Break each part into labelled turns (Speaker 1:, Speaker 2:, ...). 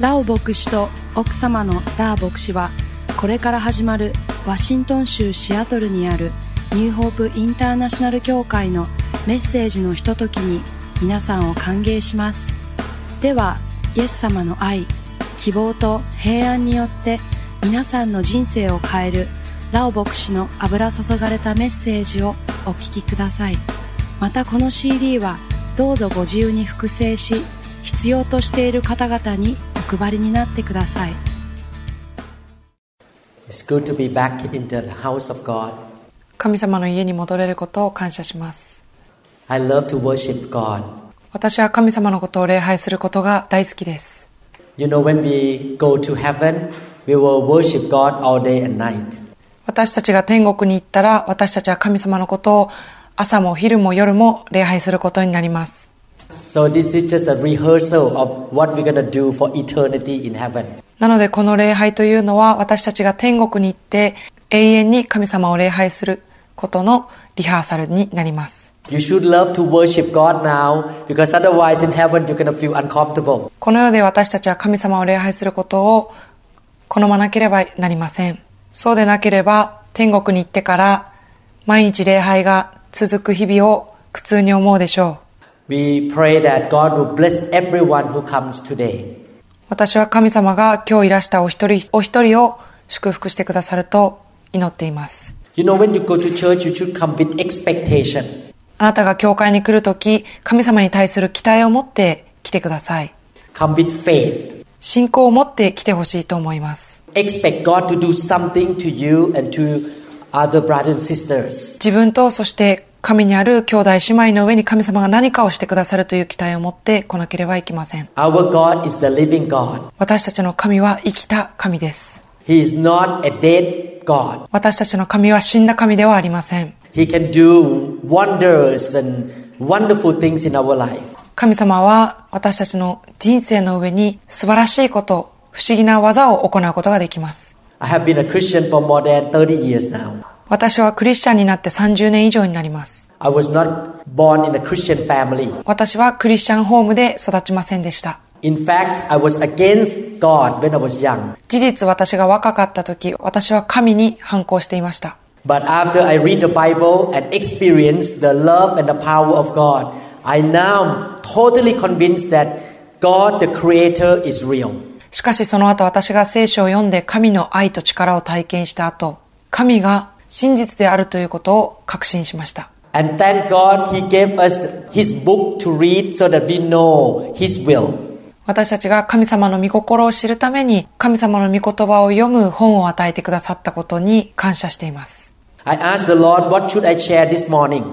Speaker 1: ラオ牧師と奥様のダー牧師はこれから始まるワシントン州シアトルにあるニューホープインターナショナル協会のメッセージのひとときに皆さんを歓迎しますではイエス様の愛希望と平安によって皆さんの人生を変えるラオ牧師の油注がれたメッセージをお聞きくださいまたこの CD はどうぞご自由に複製し必要としている方々にお配りになってください
Speaker 2: It's good to be back in the house of God.
Speaker 3: 神様の家に戻れることを感謝します。
Speaker 2: I love to worship God.
Speaker 3: 私は神様のことを礼拝することが大好きです。
Speaker 2: You know, when we go to heaven, we will worship God all day and night.
Speaker 3: 私たちが天国に行ったら、私たちは神様のことを朝も昼も夜も礼拝することになります。
Speaker 2: So, this is just a rehearsal of what we're going to do for eternity in heaven.
Speaker 3: なのでこの礼拝というのは私たちが天国に行って永遠に神様を礼拝することのリハーサルになります。
Speaker 2: You should love to worship God now because otherwise, in heaven, you're going to feel uncomfortable.
Speaker 3: この世で私たちは神様を礼拝することを好まなければなりません。そうでなければ天国に行ってから毎日礼拝が続く日々を苦痛に思うでしょう。
Speaker 2: We pray that God will bless everyone who comes today.
Speaker 3: 私は神様が今日いらしたお一人お一人を祝福してくださると祈っています。
Speaker 2: You know, when you go to church, you should come with expectation.
Speaker 3: あなたが教会に来るとき神様に対する期待を持って来てください。
Speaker 2: Come with faith.
Speaker 3: 信仰を持って来てほしいと思います。
Speaker 2: Expect God to do something to you and to other brothers and sisters.
Speaker 3: 自分とそして神にある兄弟姉妹の上に神様が何かをしてくださるという期待を持って来なければいけません。
Speaker 2: Our God is the living God.
Speaker 3: 私たちの神は生きた神です。
Speaker 2: He is not a dead God.
Speaker 3: 私たちの神は死んだ神ではありません。
Speaker 2: He can do wonders and wonderful things in our life.
Speaker 3: 神様は私たちの人生の上に素晴らしいこと、不思議な技を行うことができます。
Speaker 2: I have been a Christian for more than 30 years now.
Speaker 3: 私はクリスチャンになって30年以上になります。
Speaker 2: I was not born in a Christian family.
Speaker 3: 私はクリスチャンホームで育ちませんでした。
Speaker 2: In fact, I was against God when I was young.
Speaker 3: 事実私が若かった時、私は神に反抗していました。
Speaker 2: But after I read the Bible and experience the love and the power of God, I now totally convinced that God the Creator is real.
Speaker 3: しかしその後私が聖書を読んで神の愛と力を体験した後、神が真実であるということを確信しました。
Speaker 2: And thank God He gave us His book to read so that we know His will.
Speaker 3: 私たちが神様の御心を知るために神様の御言葉を読む本を与えてくださったことに感謝しています。
Speaker 2: I asked the Lord, What should I share this morning?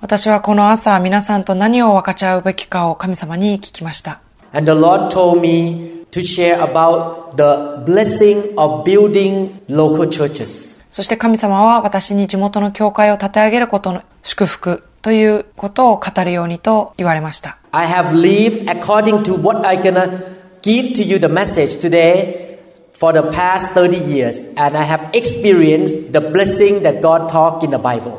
Speaker 3: 私はこの朝皆さんと何を分かち合うべきかを神様に聞きました。
Speaker 2: And the Lord told me to share about the blessing of building local churches.
Speaker 3: そして神様は私に地元の教会を立て上げることの祝福ということを語るようにと言われました。
Speaker 2: I have lived according to what I gonna give to you the message today for the past 30 years and I have experienced the blessing that God taught in the Bible.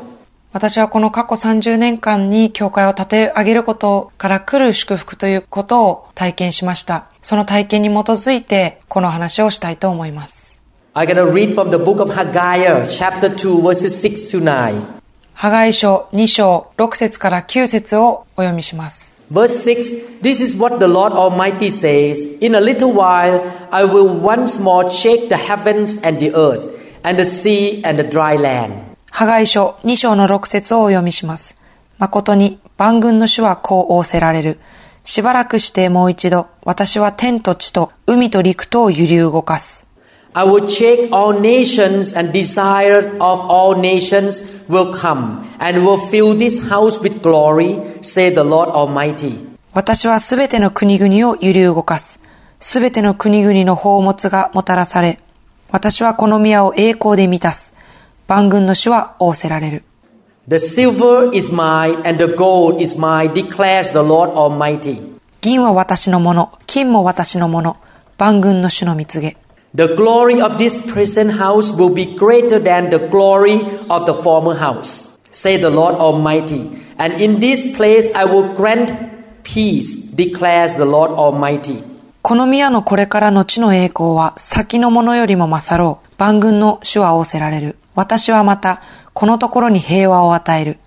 Speaker 3: 私はこの過去30年間に教会を立て上げることから来る祝福ということを体験しました。その体験に基づいてこの話をしたいと思います。
Speaker 2: I'm going to read from the book of Haggai, chapter 2, verses 6 to 9.
Speaker 3: 破壊書2章6節から9節をお読みします。
Speaker 2: Verse 6 This is what the Lord Almighty says In a little while I will once more shake the heavens and the earth, and the sea and the dry land.
Speaker 3: 破壊書2章の6節をお読みします。誠に万軍の主はこう仰せられる。しばらくしてもう一度、私は天と地と海と陸とを揺り動かす。
Speaker 2: I will shake all nations, and desire of all nations will come, and will fill this house with glory, said the Lord Almighty.
Speaker 3: 私はすべての国々を揺り動かす。すべての国々の宝物がもたらされ、私はこの宮を栄光で満たす。万軍の主は仰せられる。
Speaker 2: The silver is mine, and the gold is mine, declares the Lord Almighty.
Speaker 3: 銀は私のもの、金も私のもの、万軍の主の見告げ。
Speaker 2: The glory of this present house will be greater than the glory of the former house, say the Lord Almighty. And in this place I will grant peace, declares the Lord Almighty.
Speaker 3: この宮のこれからの地の栄光は先のものよりも勝ろう。万軍の主は仰せられる。私はまた、このところに平和を与える。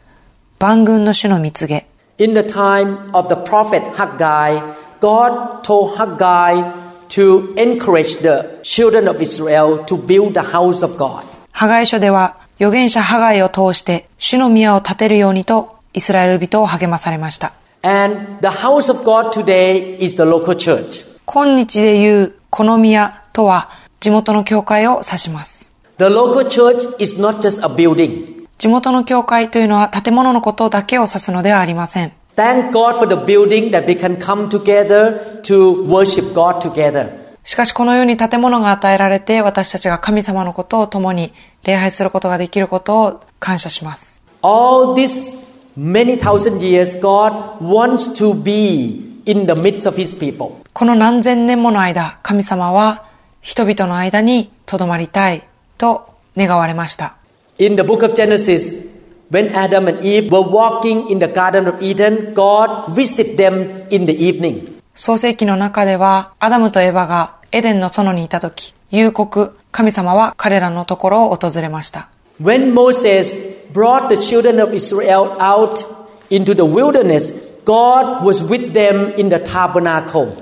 Speaker 3: 万軍の主の見告げ。
Speaker 2: In the time of the prophet Haggai, God told Haggai to encourage the children of Israel to build the house of God.
Speaker 3: ハガイ書では、預言者ハガイを通して、主の宮を建てるようにと、イスラエル人を励まされました。
Speaker 2: And the house of God today is the local church.
Speaker 3: 今日で言う、この宮とは、地元の教会を指します。
Speaker 2: The local church is not just a building.
Speaker 3: 地元の教会というのは建物のことだけを指すのではありません。
Speaker 2: Thank God for the building that we can come together to worship God together.
Speaker 3: しかしこのように建物が与えられて私たちが神様のことを共に礼拝することができることを感謝します。
Speaker 2: All these many thousand years, God wants to be in the midst of His people.
Speaker 3: この何千年もの間、神様は人々の間に留まりたいと願われました。
Speaker 2: In the book of Genesis, when Adam and Eve were walking in the Garden of Eden, God visited them in the evening.
Speaker 3: 創世記の中ではアダムとエヴァがエデンの園にいた時、夕刻、神様は彼らのところを訪れました。
Speaker 2: When Moses brought the children of Israel out into the wilderness, God was with them in the tabernacle.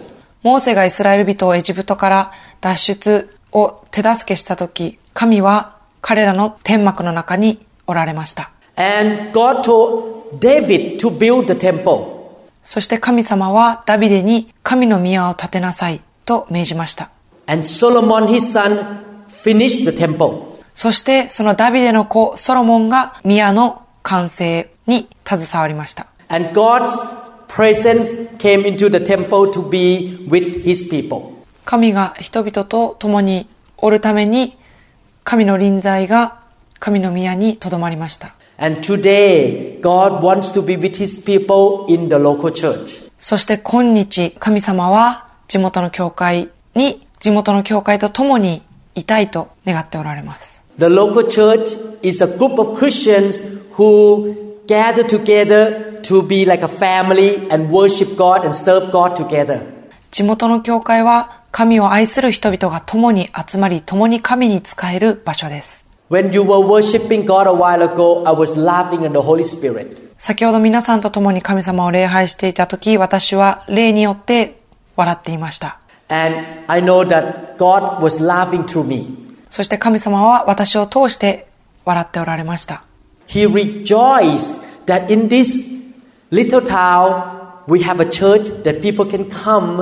Speaker 3: モーセがイスラエル人をエジプトから脱出を手助けした時、神は彼らの天幕の中におられました。
Speaker 2: And God told David to build the temple.
Speaker 3: そして神様はダビデに神の宮を建てなさいと命じました。
Speaker 2: And Solomon, his son, finished the temple.
Speaker 3: そしてそのダビデの子ソロモンが宮の完成に携わりました。
Speaker 2: And God's presence came into the temple to be with his people.
Speaker 3: 神が人々と共におるために神の臨在が神の宮に留まりました。
Speaker 2: And today, God wants to be with his people in the local church.
Speaker 3: そして今日、神様は地元の教会に、地元の教会と共にいたいと願っておられます。
Speaker 2: The local church is a group of Christians who gather together to be like a family and worship God and serve God together.
Speaker 3: 地元の教会は神を愛する人々が共に集まり、共に神に仕える場所です。
Speaker 2: When you were worshiping God a while ago, I was laughing at the Holy Spirit.
Speaker 3: 先ほど皆さんと共に神様を礼拝していた時、私は霊によって笑っていました。
Speaker 2: And I know that God was laughing through me.
Speaker 3: そして神様は私を通して笑っておられました。
Speaker 2: He rejoiced that in this little town we have a church that people can come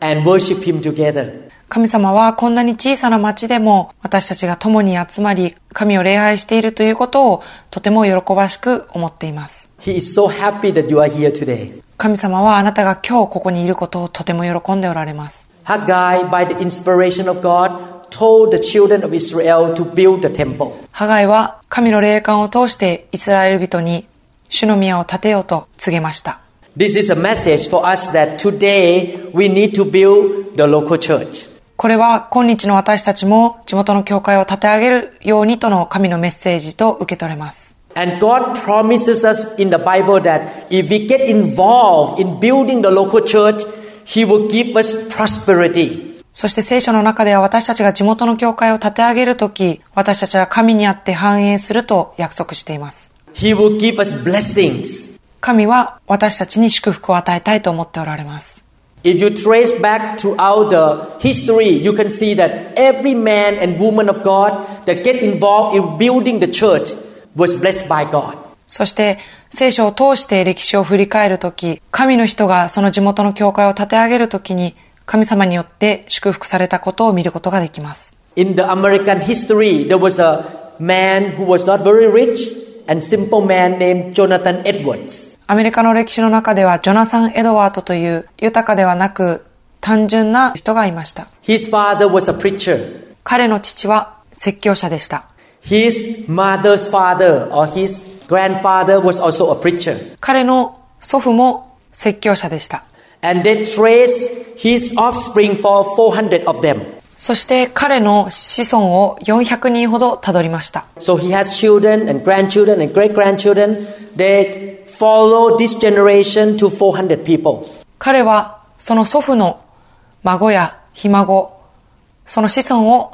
Speaker 2: and worship Him together.
Speaker 3: 神様はこんなに小さな町でも私たちが共に集まり神を礼拝しているということをとても喜ばしく思っています。
Speaker 2: He is so happy that you are here today.
Speaker 3: 神様はあなたが今日ここにいることをとても喜んでおられます。
Speaker 2: Haggai, by the inspiration of God, told the children of Israel to build the temple.
Speaker 3: ハガイは神の霊感を通してイスラエル人に主の宮を建てようと告げました。
Speaker 2: This is a message for us that today we need to build the local church.
Speaker 3: これは今日の私たちも地元の教会を建て上げるようにとの神のメッセージと受け取れます。
Speaker 2: And God promises us in the Bible that if we get involved in building the local church, He will give us prosperity.
Speaker 3: そして聖書の中では私たちが地元の教会を立て上げるとき、私たちは神にあって繁栄すると約束しています。
Speaker 2: He will give us blessings.
Speaker 3: 神は私たちに祝福を与えたいと思っておられます。
Speaker 2: If you trace back throughout the history, you can see that every man and woman of God that get involved in building the church was blessed by God.
Speaker 3: そして聖書を通して歴史を振り返るとき、神の人がその地元の教会を立て上げるときに、神様によって祝福されたことを見ることができます。
Speaker 2: In the American history, there was a man who was not very rich and simple man named Jonathan Edwards.
Speaker 3: アメリカの歴史の中ではジョナサン・エドワードという豊かではなく単純な人がいました。
Speaker 2: His father was a preacher.
Speaker 3: 彼の父は説教者でした。
Speaker 2: His mother's father or his grandfather was also a preacher.
Speaker 3: 彼の祖父も説教者でした。
Speaker 2: And they traced his offspring for 400 of them.
Speaker 3: そして彼の子孫を400人ほどたどりました。
Speaker 2: So he has children and grandchildren and great grandchildren. They follow this generation to 400 people.
Speaker 3: 彼はその祖父の孫やひ孫、その子孫を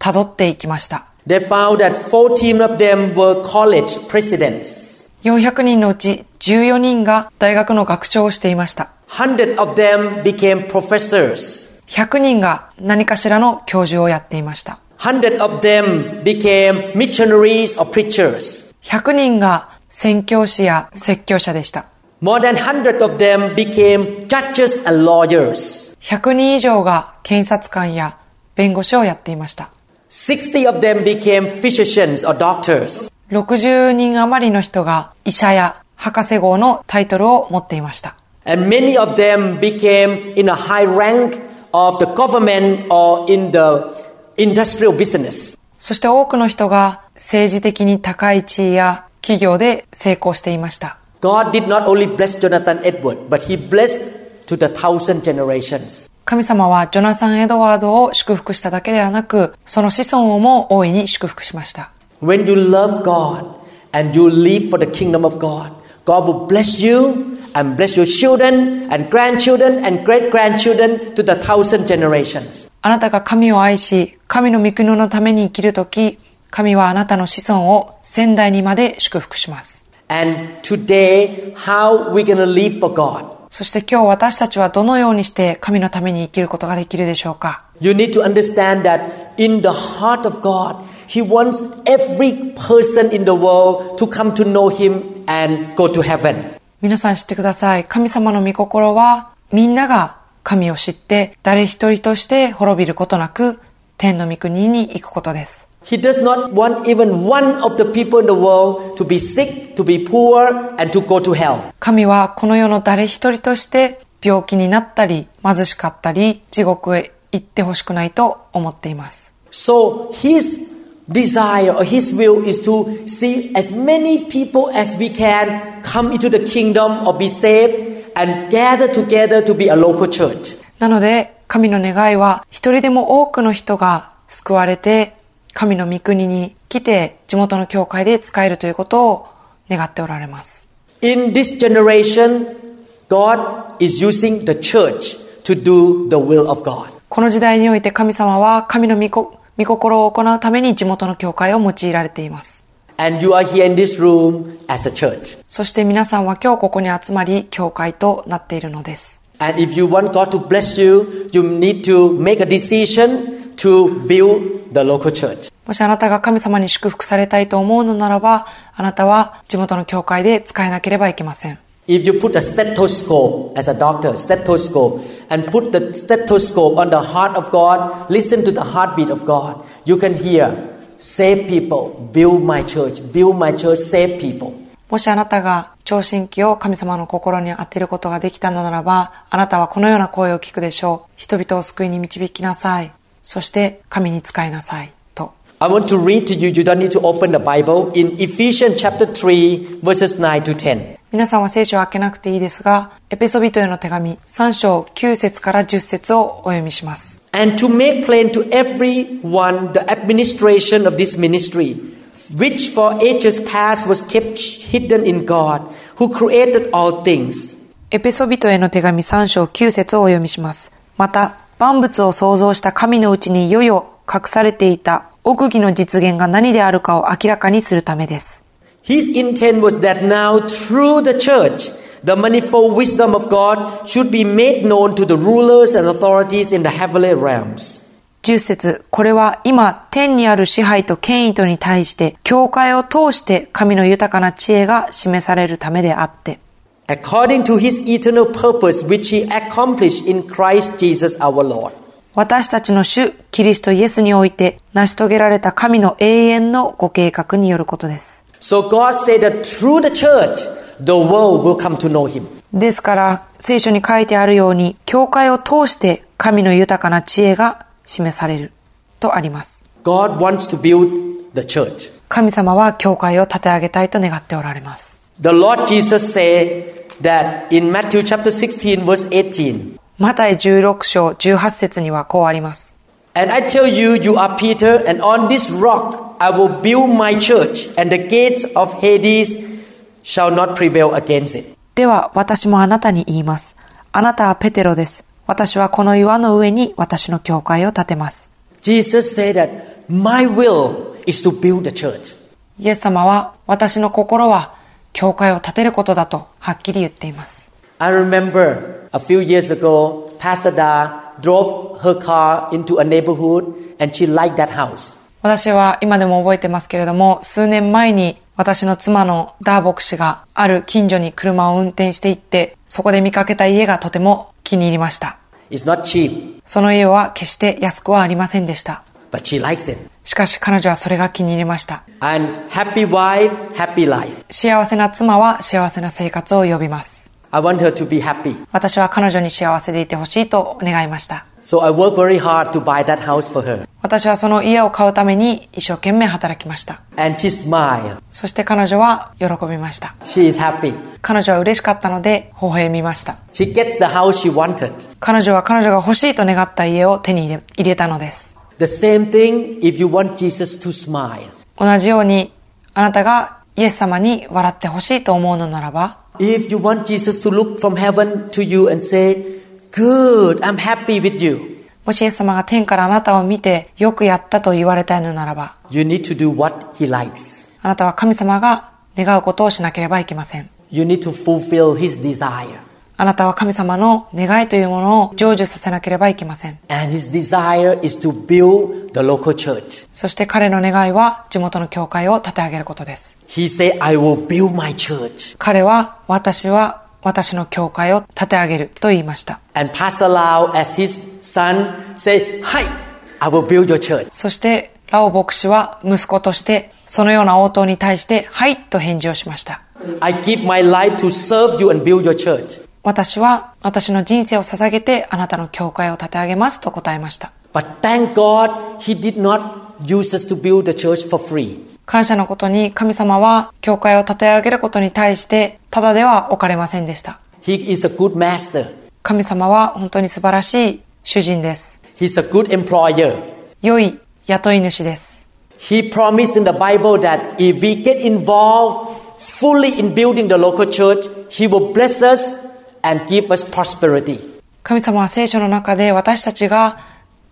Speaker 3: たどっていきました。
Speaker 2: They found that 14 of them were college presidents.
Speaker 3: 400人のうち14人が大学の学長をしていました。
Speaker 2: 100 of them became professors.
Speaker 3: 100人が何かしらの教授をやっていました。
Speaker 2: 100 of them became missionaries or preachers.
Speaker 3: 100人が宣教師や説教者でした。
Speaker 2: More than 100 of them became judges and lawyers.
Speaker 3: 100人以上が検察官や弁護士をやっていました。
Speaker 2: 60 of them became physicians or doctors.
Speaker 3: 60人余りの人が医者や博士号のタイトルを持っていました。
Speaker 2: And many of them became in a high rank of the government or in the industrial business.
Speaker 3: そして多くの人が政治的に高い地位や企業で成功していました。
Speaker 2: God did not only bless Jonathan Edward, but he blessed to the thousand generations.
Speaker 3: 神様はジョナサン・エドワードを祝福しただけではなく、その子孫をも大いに祝福しました。
Speaker 2: When you love God and you live for the kingdom of God, God will bless you and bless your children and grandchildren and great grandchildren to the thousand generations.
Speaker 3: あなたが神を愛し、神の御国のために生きるとき、神はあなたの子孫を仙代にまで祝福します。
Speaker 2: And today, how we gonna live for God?
Speaker 3: そして今日私たちはどのようにして神のために生きることができるでしょうか
Speaker 2: You need to understand that in the heart of God, He wants every person in the world to come to know Him and go to heaven.
Speaker 3: 皆さん知ってください。神様の御心は、みんなが神を知って、誰一人として滅びることなく、天の御国に行くことです。
Speaker 2: He does not want even one of the people in the world to be sick, to be poor, and to go to hell.
Speaker 3: 神はこの世の誰一人として、病気になったり、貧しかったり、地獄へ行ってほしくないと思っています。
Speaker 2: So His desire or His will is to see as many people as we can come into the kingdom or be saved and gather together to be a local church.
Speaker 3: なので、神の願いは、一人でも多くの人が救われて、神の御国に来て、地元の教会で使えるということを願っておられます。
Speaker 2: In this generation, God is using the church to do the will of God.
Speaker 3: この時代において神様は、神の御こ御心を行うために地元の教会を用いられています。
Speaker 2: And you are here in this room as a church.
Speaker 3: そして皆さんは今日ここに集まり、教会となっているのです。
Speaker 2: And if you want God to bless you, you need to make a decision to build the local church.
Speaker 3: もしあなたが神様に祝福されたいと思うのならば、あなたは地元の教会で使えなければいけません。
Speaker 2: If you put a stethoscope as a doctor, stethoscope, and put the stethoscope on the heart of God, listen to the heartbeat of God, you can hear, save people, build my church, build my church, save people.
Speaker 3: もしあなたが聴診器を神様の心に当てることができたのならば、あなたはこのような声を聞くでしょう。人々を救いに導きなさい。そして神に使いなさい。と。
Speaker 2: I want to read to you, you don't need to open the Bible, in Ephesians chapter 3, verses 9 to 10.
Speaker 3: 皆さんは聖書を開けなくていいですが、エペソビトへの手紙3章9節から10節をお読みします。
Speaker 2: And to make plain to everyone the administration of this ministry, which for ages past was kept hidden in God, who created all things.
Speaker 3: エペソビトへの手紙3章9節をお読みします。また、万物を創造した神のうちにいよいよ隠されていた奥義の実現が何であるかを明らかにするためです。
Speaker 2: His intent was that now, through the church, the manifold wisdom of God should be made known to the rulers and authorities in the heavenly realms.
Speaker 3: 10節これは今天にある支配と権威とに対して教会を通して神の豊かな知恵が示されるためであって。
Speaker 2: according to his eternal purpose which he accomplished in Christ Jesus our Lord.
Speaker 3: 私たちの主キリストイエスにおいて成し遂げられた神の永遠のご計画によることです。
Speaker 2: So God said that through the church, the world will come to know him.
Speaker 3: ですから聖書に書いてあるように教会を通して神の豊かな知恵が示されるとあります。
Speaker 2: God wants to build the church.
Speaker 3: 神様は教会を立て上げたいと願っておられます。
Speaker 2: The Lord Jesus said that in Matthew chapter 16 verse 18,
Speaker 3: マタイ16章18節にはこうあります。
Speaker 2: And I tell you, you are Peter, and on this rock I will build my church, and the gates of Hades shall not prevail against it.
Speaker 3: では私もあなたに言います。あなたはペテロです。私はこの岩の上に私の教会を建てます。
Speaker 2: Jesus said that my will is to build the church.
Speaker 3: イエス様は私の心は教会を建てることだとはっきり言っています。
Speaker 2: I remember a few years ago, Pastor Da drove her car into a neighborhood and she liked that house.
Speaker 3: 私は今でも覚えてますけれども、数年前に私の妻のダー牧師がある近所に車を運転していって、そこで見かけた家がとても気に入りました。
Speaker 2: It's not cheap,
Speaker 3: その家は決して安くはありませんでした。
Speaker 2: but she likes it.
Speaker 3: しかし彼女はそれが気に入りました。
Speaker 2: And happy wife, happy life.
Speaker 3: 幸せな妻は幸せな生活を呼びます。
Speaker 2: I want her to be happy.
Speaker 3: 私は彼女に幸せでいてほしいと願いました。
Speaker 2: So I worked very hard to buy that house for her.
Speaker 3: 私はその家を買うために一生懸命働きました。
Speaker 2: And she smiled.
Speaker 3: そして彼女は喜びました。
Speaker 2: She is happy.
Speaker 3: 彼女は嬉しかったので微笑みました。
Speaker 2: She gets the house she wanted.
Speaker 3: 彼女は彼女が欲しいと願った家を手に入れ入れたのです。
Speaker 2: The same thing if you want Jesus to smile.
Speaker 3: 同じように、あなたがイエス様に笑ってほしいと思うのならば、
Speaker 2: If you want Jesus to look from heaven to you and say, Good, I'm happy with you,
Speaker 3: もしイエス様が天からあなたを見てよくやったと言われたいのならば、
Speaker 2: you need to do what He likes.
Speaker 3: あなたは神様が願うことをしなければいけません。
Speaker 2: You need to fulfill His desire.
Speaker 3: あなたは神様の願いというものを成就させなければいけません。
Speaker 2: And His desire is to build the local church.
Speaker 3: そして彼の願いは地元の教会を立て上げることです。
Speaker 2: He said, I will build my church.
Speaker 3: 彼は私は私の教会を立て上げると言いました。
Speaker 2: And Pastor Lau, as his son, say, Hi, I will build your church.
Speaker 3: そしてラオ牧師は息子としてそのような応答に対してはいと返事をしました。
Speaker 2: I give my life to serve you and build your church.
Speaker 3: 私は私の人生を捧げてあなたの教会を立て上げますと答えました。
Speaker 2: But thank God, He did not use us to build the church for free.
Speaker 3: 感謝のことに神様は教会を立て上げることに対してただでは置かれませんでした。
Speaker 2: He is a good master.
Speaker 3: 神様は本当に素晴らしい主人です。
Speaker 2: He's a good employer.
Speaker 3: 良い雇い主です。
Speaker 2: He promised in the Bible that if we get involved fully in building the local church, He will bless us and give us prosperity.
Speaker 3: 神様は聖書の中で私たちが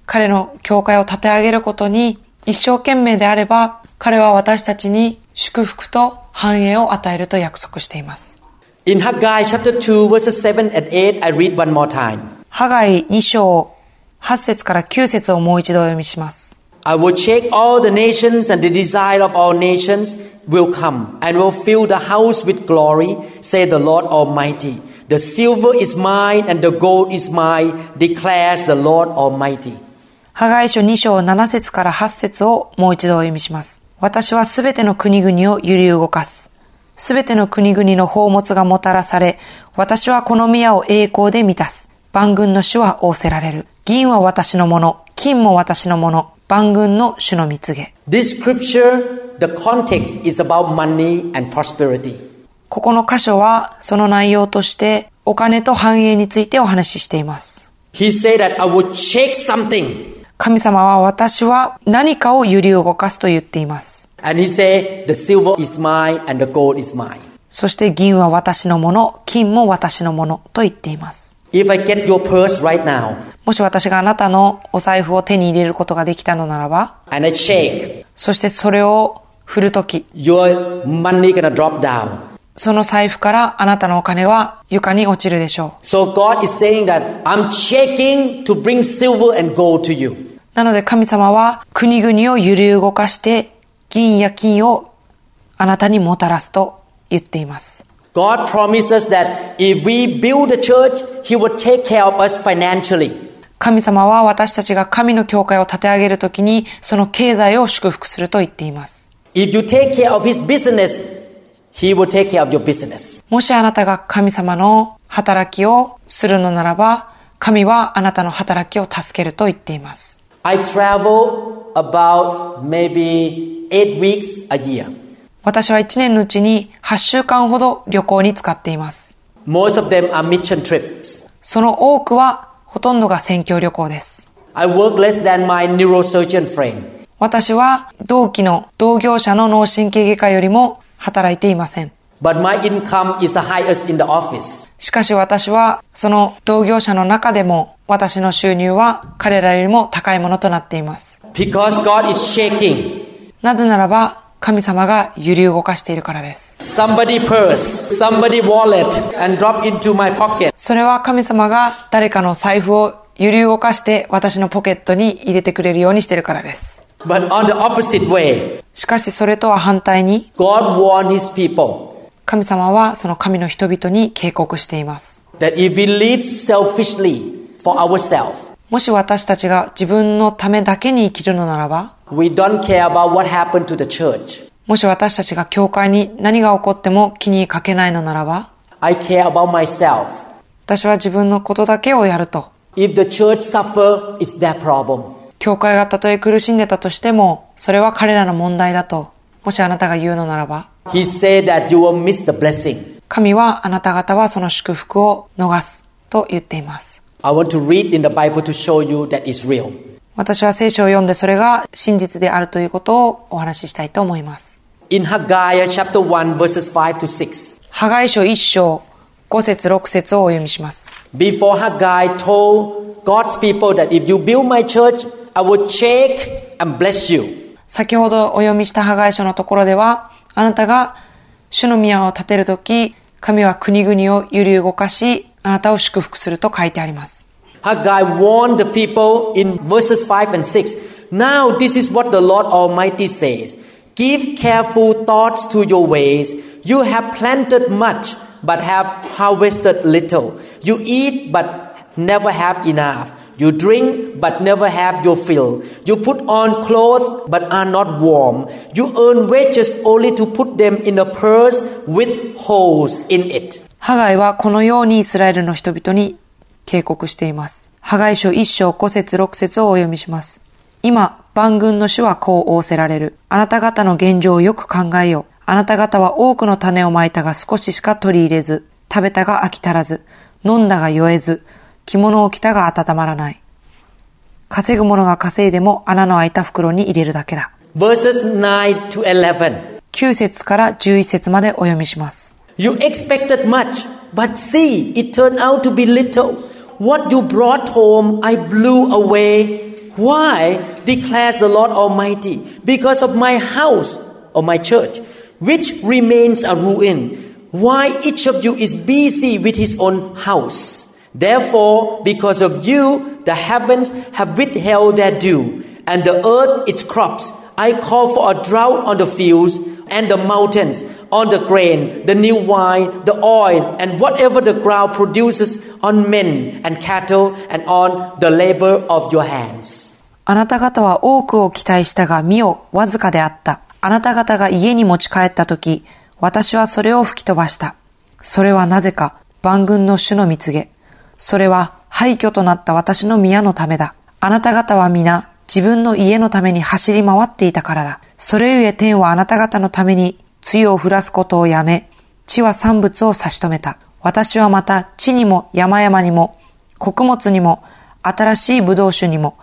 Speaker 3: 彼の教会を立て上げることに一生懸命であれば彼は私たちに祝福と繁栄を与えると約束しています。
Speaker 2: In Haggai chapter 2, verses 7 and 8, I read one more time.
Speaker 3: ハガイ2章8節から9節をもう一度お読みします。
Speaker 2: I will shake all the nations, and the desire of all nations will come, and will fill the house with glory, say the Lord Almighty. The silver is mine, and the gold is mine, declares the Lord Almighty.
Speaker 3: ハガイ書2章7節から8節をもう一度お読みします。私はすべての国々を揺り動かす。すべての国々の宝物がもたらされ、私はこの宮を栄光で満たす。万軍の主は仰せられる。銀は私のもの、金も私のもの、万軍の主の蜜げ。
Speaker 2: This scripture, the context is about money and prosperity.
Speaker 3: ここの箇所は、その内容として、お金と繁栄についてお話ししています。
Speaker 2: He said that I will shake something,
Speaker 3: 神様は私は何かを揺り動かすと言っています。
Speaker 2: and he said, The silver is mine, and the gold is mine.
Speaker 3: そして銀は私のもの、金も私のものと言っています。
Speaker 2: If I get your purse right now
Speaker 3: もし私があなたのお財布を手に入れることができたのならば、
Speaker 2: and I shake,
Speaker 3: そしてそれを振るとき、
Speaker 2: your money gonna drop down.
Speaker 3: その財布からあなたのお金は床に落ちるでしょ
Speaker 2: So God is saying that I'm shaking to bring silver and gold to you.
Speaker 3: う。なので神様は国々を揺り動かして銀や金をあなたにもたらすと言っています。
Speaker 2: God promises that if we build the church, He will take care of us financially.
Speaker 3: 神様は私たちが神の教会を立て上げるときにその経済を祝福すると言っています。
Speaker 2: If you take care of His business, He will take care of your business.
Speaker 3: もしあなたが神様の働きをするのならば、神はあなたの働きを助けると言っています。
Speaker 2: I travel about maybe eight weeks a year.
Speaker 3: 私は1年のうちに8週間ほど旅行に使っています。
Speaker 2: Most of them are mission trips.
Speaker 3: その多くはほとんどが宣教旅行です。
Speaker 2: I work less than my neurosurgeon friend.
Speaker 3: 私は同期の同業者の脳神経外科よりも働いていません。
Speaker 2: But my income is the highest in the office.
Speaker 3: しかし私はその同業者の中でも私の収入は彼らよりも高いものとなっています。
Speaker 2: Because God is shaking
Speaker 3: なぜならば、神様が揺り動かしているからです。
Speaker 2: somebody purse, somebody wallet and drop into my pocket.
Speaker 3: それは神様が誰かの財布を揺り動かして私のポケットに入れてくれるようにしているからです。
Speaker 2: But on the opposite way,
Speaker 3: しかしそれとは反対に、
Speaker 2: God warned his people
Speaker 3: 神様はその神の人々に警告しています。
Speaker 2: that if we live selfishly for ourselves,
Speaker 3: もし私たちが自分のためだけに生きるのならば、
Speaker 2: we don't care about what happened to the church.
Speaker 3: もし私たちが教会に何が起こっても気にかけないのならば、
Speaker 2: I care about myself.
Speaker 3: 私は自分のことだけをやると。
Speaker 2: If the church suffer, it's their problem.
Speaker 3: 教会がたとえ苦しんでたとしても、それは彼らの問題だと、もしあなたが言うのならば、
Speaker 2: He said that you will miss the blessing.
Speaker 3: 神はあなた方はその祝福を逃すと言っています。
Speaker 2: I want to read in the Bible to show you that it's real.
Speaker 3: 私は聖書を読んでそれが真実であるということをお話ししたいと思います。
Speaker 2: In Haggai chapter 1 verses 5 to 6.
Speaker 3: 破壊書1章、5節6節をお読みします。
Speaker 2: Before Haggai told God's people that if you build my church, I will shake and bless you.
Speaker 3: 先ほどお読みした破壊書のところでは、あなたが主の宮を建てるとき、神は国々を揺り動かし、あなたを祝福すると書いてあります。
Speaker 2: Haggai warned the people in verses 5 and 6. Now this is what the Lord Almighty says. Give careful thoughts to your ways. You have planted much, but have harvested little. You eat, but never have enough. You drink, but never have your fill. You put on clothes, but are not warm. You earn wages only to put them in a purse with holes in it.
Speaker 3: ハガイはこのようにイスラエルの人々に警告しています。ハガイ書1章5節6節をお読みします。今、万軍の主はこう仰せられる。あなた方の現状をよく考えよう。あなた方は多くの種をまいたが少ししか取り入れず、食べたが飽き足らず、飲んだが酔えず、着物を着たが温まらない。稼ぐ者が稼いでも穴の開いた袋に入れるだけだ。
Speaker 2: Verses 9 to 11.
Speaker 3: 9節から11節までお読みします。
Speaker 2: You expected much, but see, it turned out to be little. What you brought home, I blew away. Why? declares the Lord Almighty. Because of my house, or my church, which remains a ruin. Why each of you is busy with his own house? Therefore, because of you, the heavens have withheld their dew, and the earth its crops. I call for a drought on the fields and the mountains, on the grain, the new wine, the oil, and whatever the ground produces on men and cattle and on the labor of your hands.
Speaker 3: あなた方は多くを期待したが、見よ、わずかであった。あなた方が家に持ち帰ったとき、私はそれを吹き飛ばした。それはなぜか、万軍の主の蜜げ。それは廃墟となった私の宮のためだ。あなた方は皆、自分の家のために走り回っていたからだ。それゆえ天はあなた方のために、露を降らすことをやめ、地は産物を差し止めた。私はまた、地にも山々にも、穀物にも、新しい葡萄酒にも、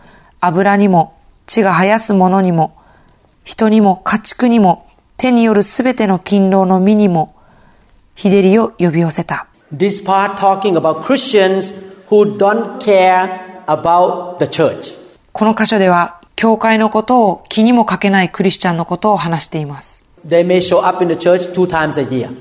Speaker 3: 油にも、地が生やすものにも、人にも家畜にも、手によるすべての勤労の身にも、日照りを呼び寄せた。
Speaker 2: This part talking about Christians who don't care about the church.
Speaker 3: この箇所では、教会のことを気にもかけないクリスチャンのことを話しています。
Speaker 2: They may show up in the church two times a year.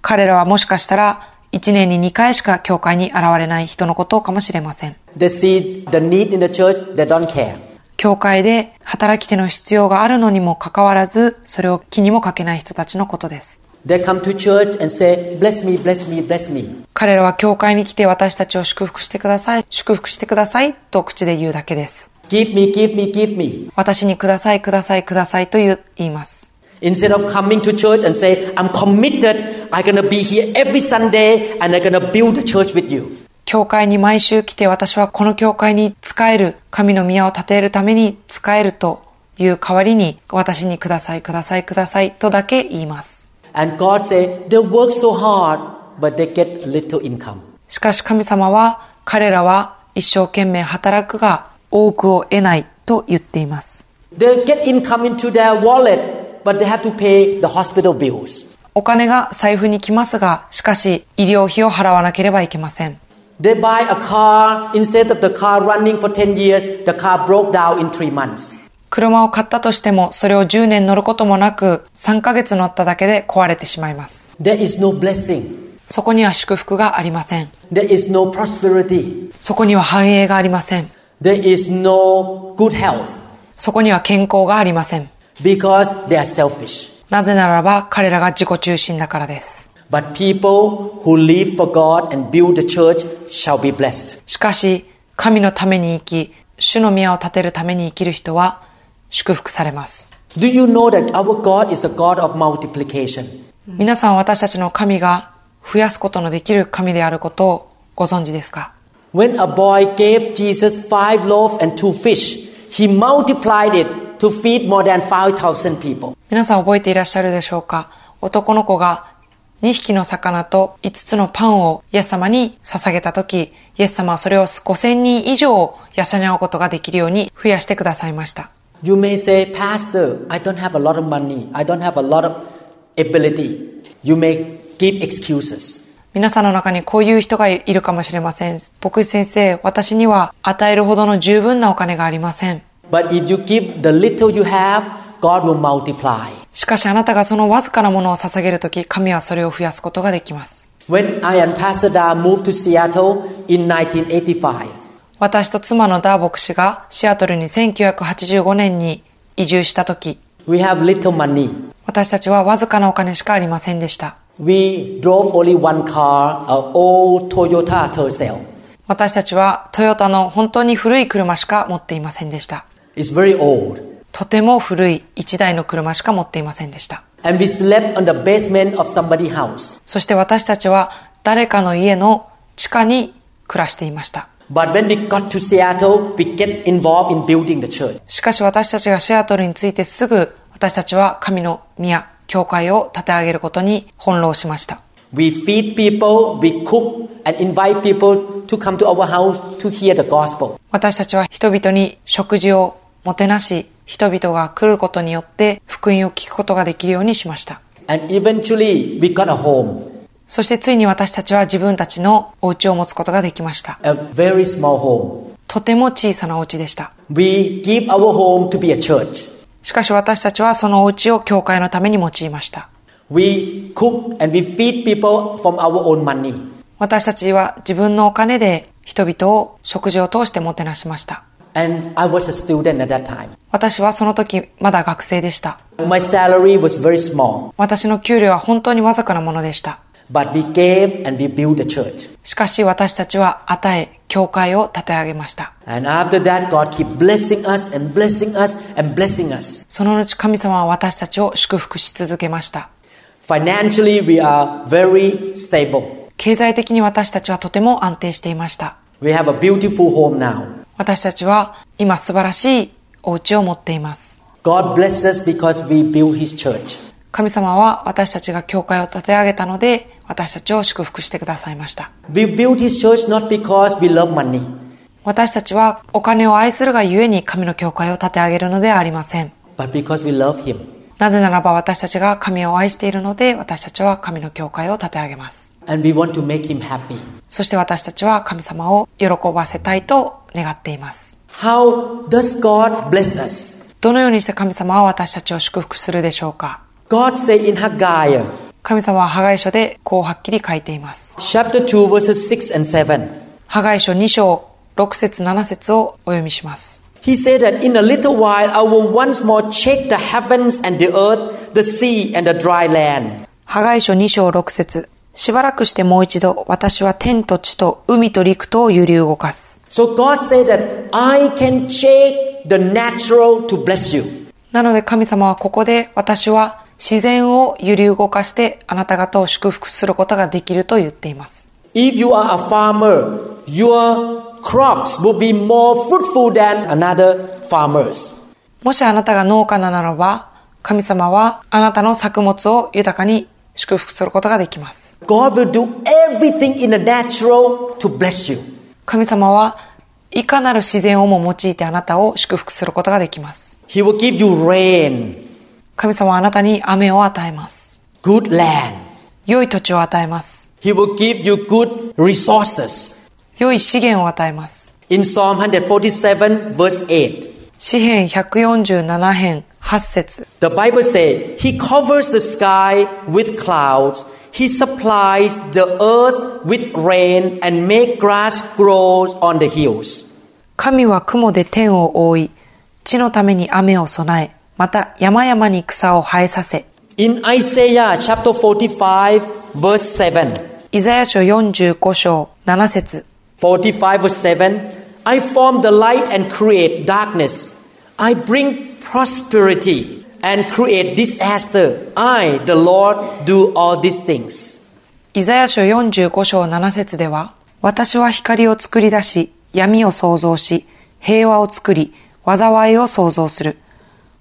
Speaker 3: 彼らはもしかしたら、一年に二回しか教会に現れない人のことかもしれません。
Speaker 2: They see the need in the church, they don't care.
Speaker 3: 教会で働き手の必要があるのにもかかわらず、それを気にもかけない人たちのことです。
Speaker 2: They come to church and say, Bless me, bless me, bless me.
Speaker 3: 彼らは教会に来て私たちを祝福してください、祝福してくださいと口で言うだけです。
Speaker 2: Give me, give me, give me.
Speaker 3: 私にください、ください、くださいと言う言います。
Speaker 2: Instead of coming to church and say, I'm committed, I'm gonna be here every Sunday and I'm gonna build the church with you.
Speaker 3: 教会に毎週来て私はこの教会に仕える、神の宮を建てるために仕えるという代わりに私にください、ください、くださいとだけ言います。
Speaker 2: And God say, they work so hard, but they get little income.
Speaker 3: しかし神様は彼らは一生懸命働くが多くを得ないと言っています。
Speaker 2: They get income into their wallet, but they have to pay the hospital bills.
Speaker 3: お金が財布に来ますが、しかし医療費を払わなければいけません。
Speaker 2: They buy a car. Instead of the car running for 10 years, the car broke down in three months.
Speaker 3: 車を買ったとしても、それを10年乗ることもなく、3ヶ月乗っただけで壊れてしまいます。
Speaker 2: There is no blessing.
Speaker 3: そこには祝福がありません。
Speaker 2: There is no prosperity.
Speaker 3: そこには繁栄がありません。
Speaker 2: There is no good health
Speaker 3: そこには健康がありません。
Speaker 2: because they are selfish.
Speaker 3: なぜならば彼らが自己中心だからです。
Speaker 2: But people who live for God and build the church shall be blessed.
Speaker 3: しかし、神のために生き、主の宮を建てるために生きる人は祝福されます。
Speaker 2: Do you know that our God is a God of multiplication?
Speaker 3: 皆さん私たちの神が増やすことのできる神であることをご存知ですか
Speaker 2: When a boy gave Jesus five loaves and two fish, he multiplied it to feed more than 5,000 people.
Speaker 3: 皆さん覚えていらっしゃるでしょうか男の子が2匹の魚と5つのパンをイエス様に捧げたとき、イエス様はそれを5000人以上養うことができるように増やしてくださいました。
Speaker 2: You may say, Pastor, I don't have a lot of money. I don't have a lot of ability. You may give excuses.
Speaker 3: 皆さんの中にこういう人がいるかもしれません。牧師先生、私には与えるほどの十分なお金がありません。
Speaker 2: But if you give the little you have, God will multiply.
Speaker 3: しかしあなたがそのわずかなものを捧げるとき、神はそれを増やすことができます。
Speaker 2: When I and Pastor Da moved to Seattle in 1985,
Speaker 3: 私と妻のダー牧師がシアトルに1985年に移住したとき、
Speaker 2: we have little money.
Speaker 3: 私たちはわずかなお金しかありませんでした。
Speaker 2: We drove only one car, an old Toyota Tercel.
Speaker 3: 私たちはトヨタの本当に古い車しか持っていませんでした。
Speaker 2: It's very old.
Speaker 3: とても古い一台の車しか持っていませんでした。
Speaker 2: And we slept on the basement of somebody's house.
Speaker 3: そして私たちは誰かの家の地下に暮らしていました。
Speaker 2: But when we got to Seattle, we get involved in building the church.
Speaker 3: しかし私たちがシアトルについてすぐ私たちは神の宮、教会を建て上げることに翻弄しました。
Speaker 2: We feed people, we cook, and invite people to come to our house to hear the gospel.
Speaker 3: 私たちは人々に食事をもてなし、人々が来ることによって福音を聞くことができるようにしました。
Speaker 2: And eventually, we got a home,
Speaker 3: そしてついに私たちは自分たちのお家を持つことができました。
Speaker 2: a very small home.
Speaker 3: とても小さなお家でした。
Speaker 2: We give our home to be a church.
Speaker 3: しかし私たちはそのお家を教会のために用いました。
Speaker 2: We cook and we feed people from our own money.
Speaker 3: 私たちは自分のお金で人々を食事を通してもてなしました。
Speaker 2: And I was a student at that time.
Speaker 3: 私はその時まだ学生でした。
Speaker 2: My salary was very small,
Speaker 3: 私の給料は本当にわずかなものでした。
Speaker 2: but we gave and we built the church.
Speaker 3: しかし私たちは与え、教会を立て上げました。
Speaker 2: And after that, God keep blessing us and blessing us and blessing us.
Speaker 3: その後神様は私たちを祝福し続けました。
Speaker 2: Financially, we are very stable.
Speaker 3: 経済的に私たちはとても安定していました。
Speaker 2: We have a beautiful home now.
Speaker 3: 私たちは今素晴らしいお家を持っています。
Speaker 2: God bless us because we built His church.
Speaker 3: 神様は私たちが教会を立て上げたので、私たちを祝福してくださいました。
Speaker 2: We built His church not because we love money,
Speaker 3: 私たちはお金を愛するがゆえに神の教会を立て上げるのではありません。
Speaker 2: but because we love Him.
Speaker 3: なぜならば私たちが神を愛しているので、私たちは神の教会を立て上げます。
Speaker 2: And we want to make Him happy.
Speaker 3: そして私たちは神様を喜ばせたいと願っています。
Speaker 2: How does God bless us?
Speaker 3: どのようにして神様は私たちを祝福するでしょうか
Speaker 2: God said in Haggai
Speaker 3: 神様は破壊書でこうはっきり書いています。
Speaker 2: chapter 2 verses 6 and 7.
Speaker 3: 破壊書2章6節7節をお読みします。
Speaker 2: He said that in a little while I will once more shake the heavens and the earth, the sea and the dry land.
Speaker 3: 破壊書2章6節しばらくしてもう一度私は天と地と海と陸とを揺り動かす。
Speaker 2: So God said that I can shake the natural to bless you.
Speaker 3: なので神様はここで私は自然を揺り動かしてあなた方を祝福することができると言っています。
Speaker 2: If you are a farmer, your crops will be more fruitful than another farmer's.
Speaker 3: もしあなたが農家ならば、神様はあなたの作物を豊かに祝福することができます。
Speaker 2: God will do everything in the natural to bless you.
Speaker 3: 神様はいかなる自然をも用いてあなたを祝福することができます。
Speaker 2: He will give you rain,
Speaker 3: 神様はあなたに雨を与えます。
Speaker 2: good land.
Speaker 3: 良い土地を与えます。
Speaker 2: He will give you good resources.
Speaker 3: 良い資源を与えます。
Speaker 2: In Psalm 147, verse 8,
Speaker 3: 詩篇147編8節
Speaker 2: the Bible says, He covers the sky with clouds, He supplies the earth with rain, and make grass grow on the hills.
Speaker 3: 神は雲で天を覆い、地のために雨を備え、また山々に草を生えさせ、
Speaker 2: In Isaiah chapter 45, verse 7,
Speaker 3: イザヤ書45章7節
Speaker 2: 45 verse 7, I form the light and create darkness. I bring prosperity and create disaster. I, the Lord, do all these things.
Speaker 3: イザヤ書45章7節では、私は光を作り出し、闇を創造し、平和を作り、災いを創造する。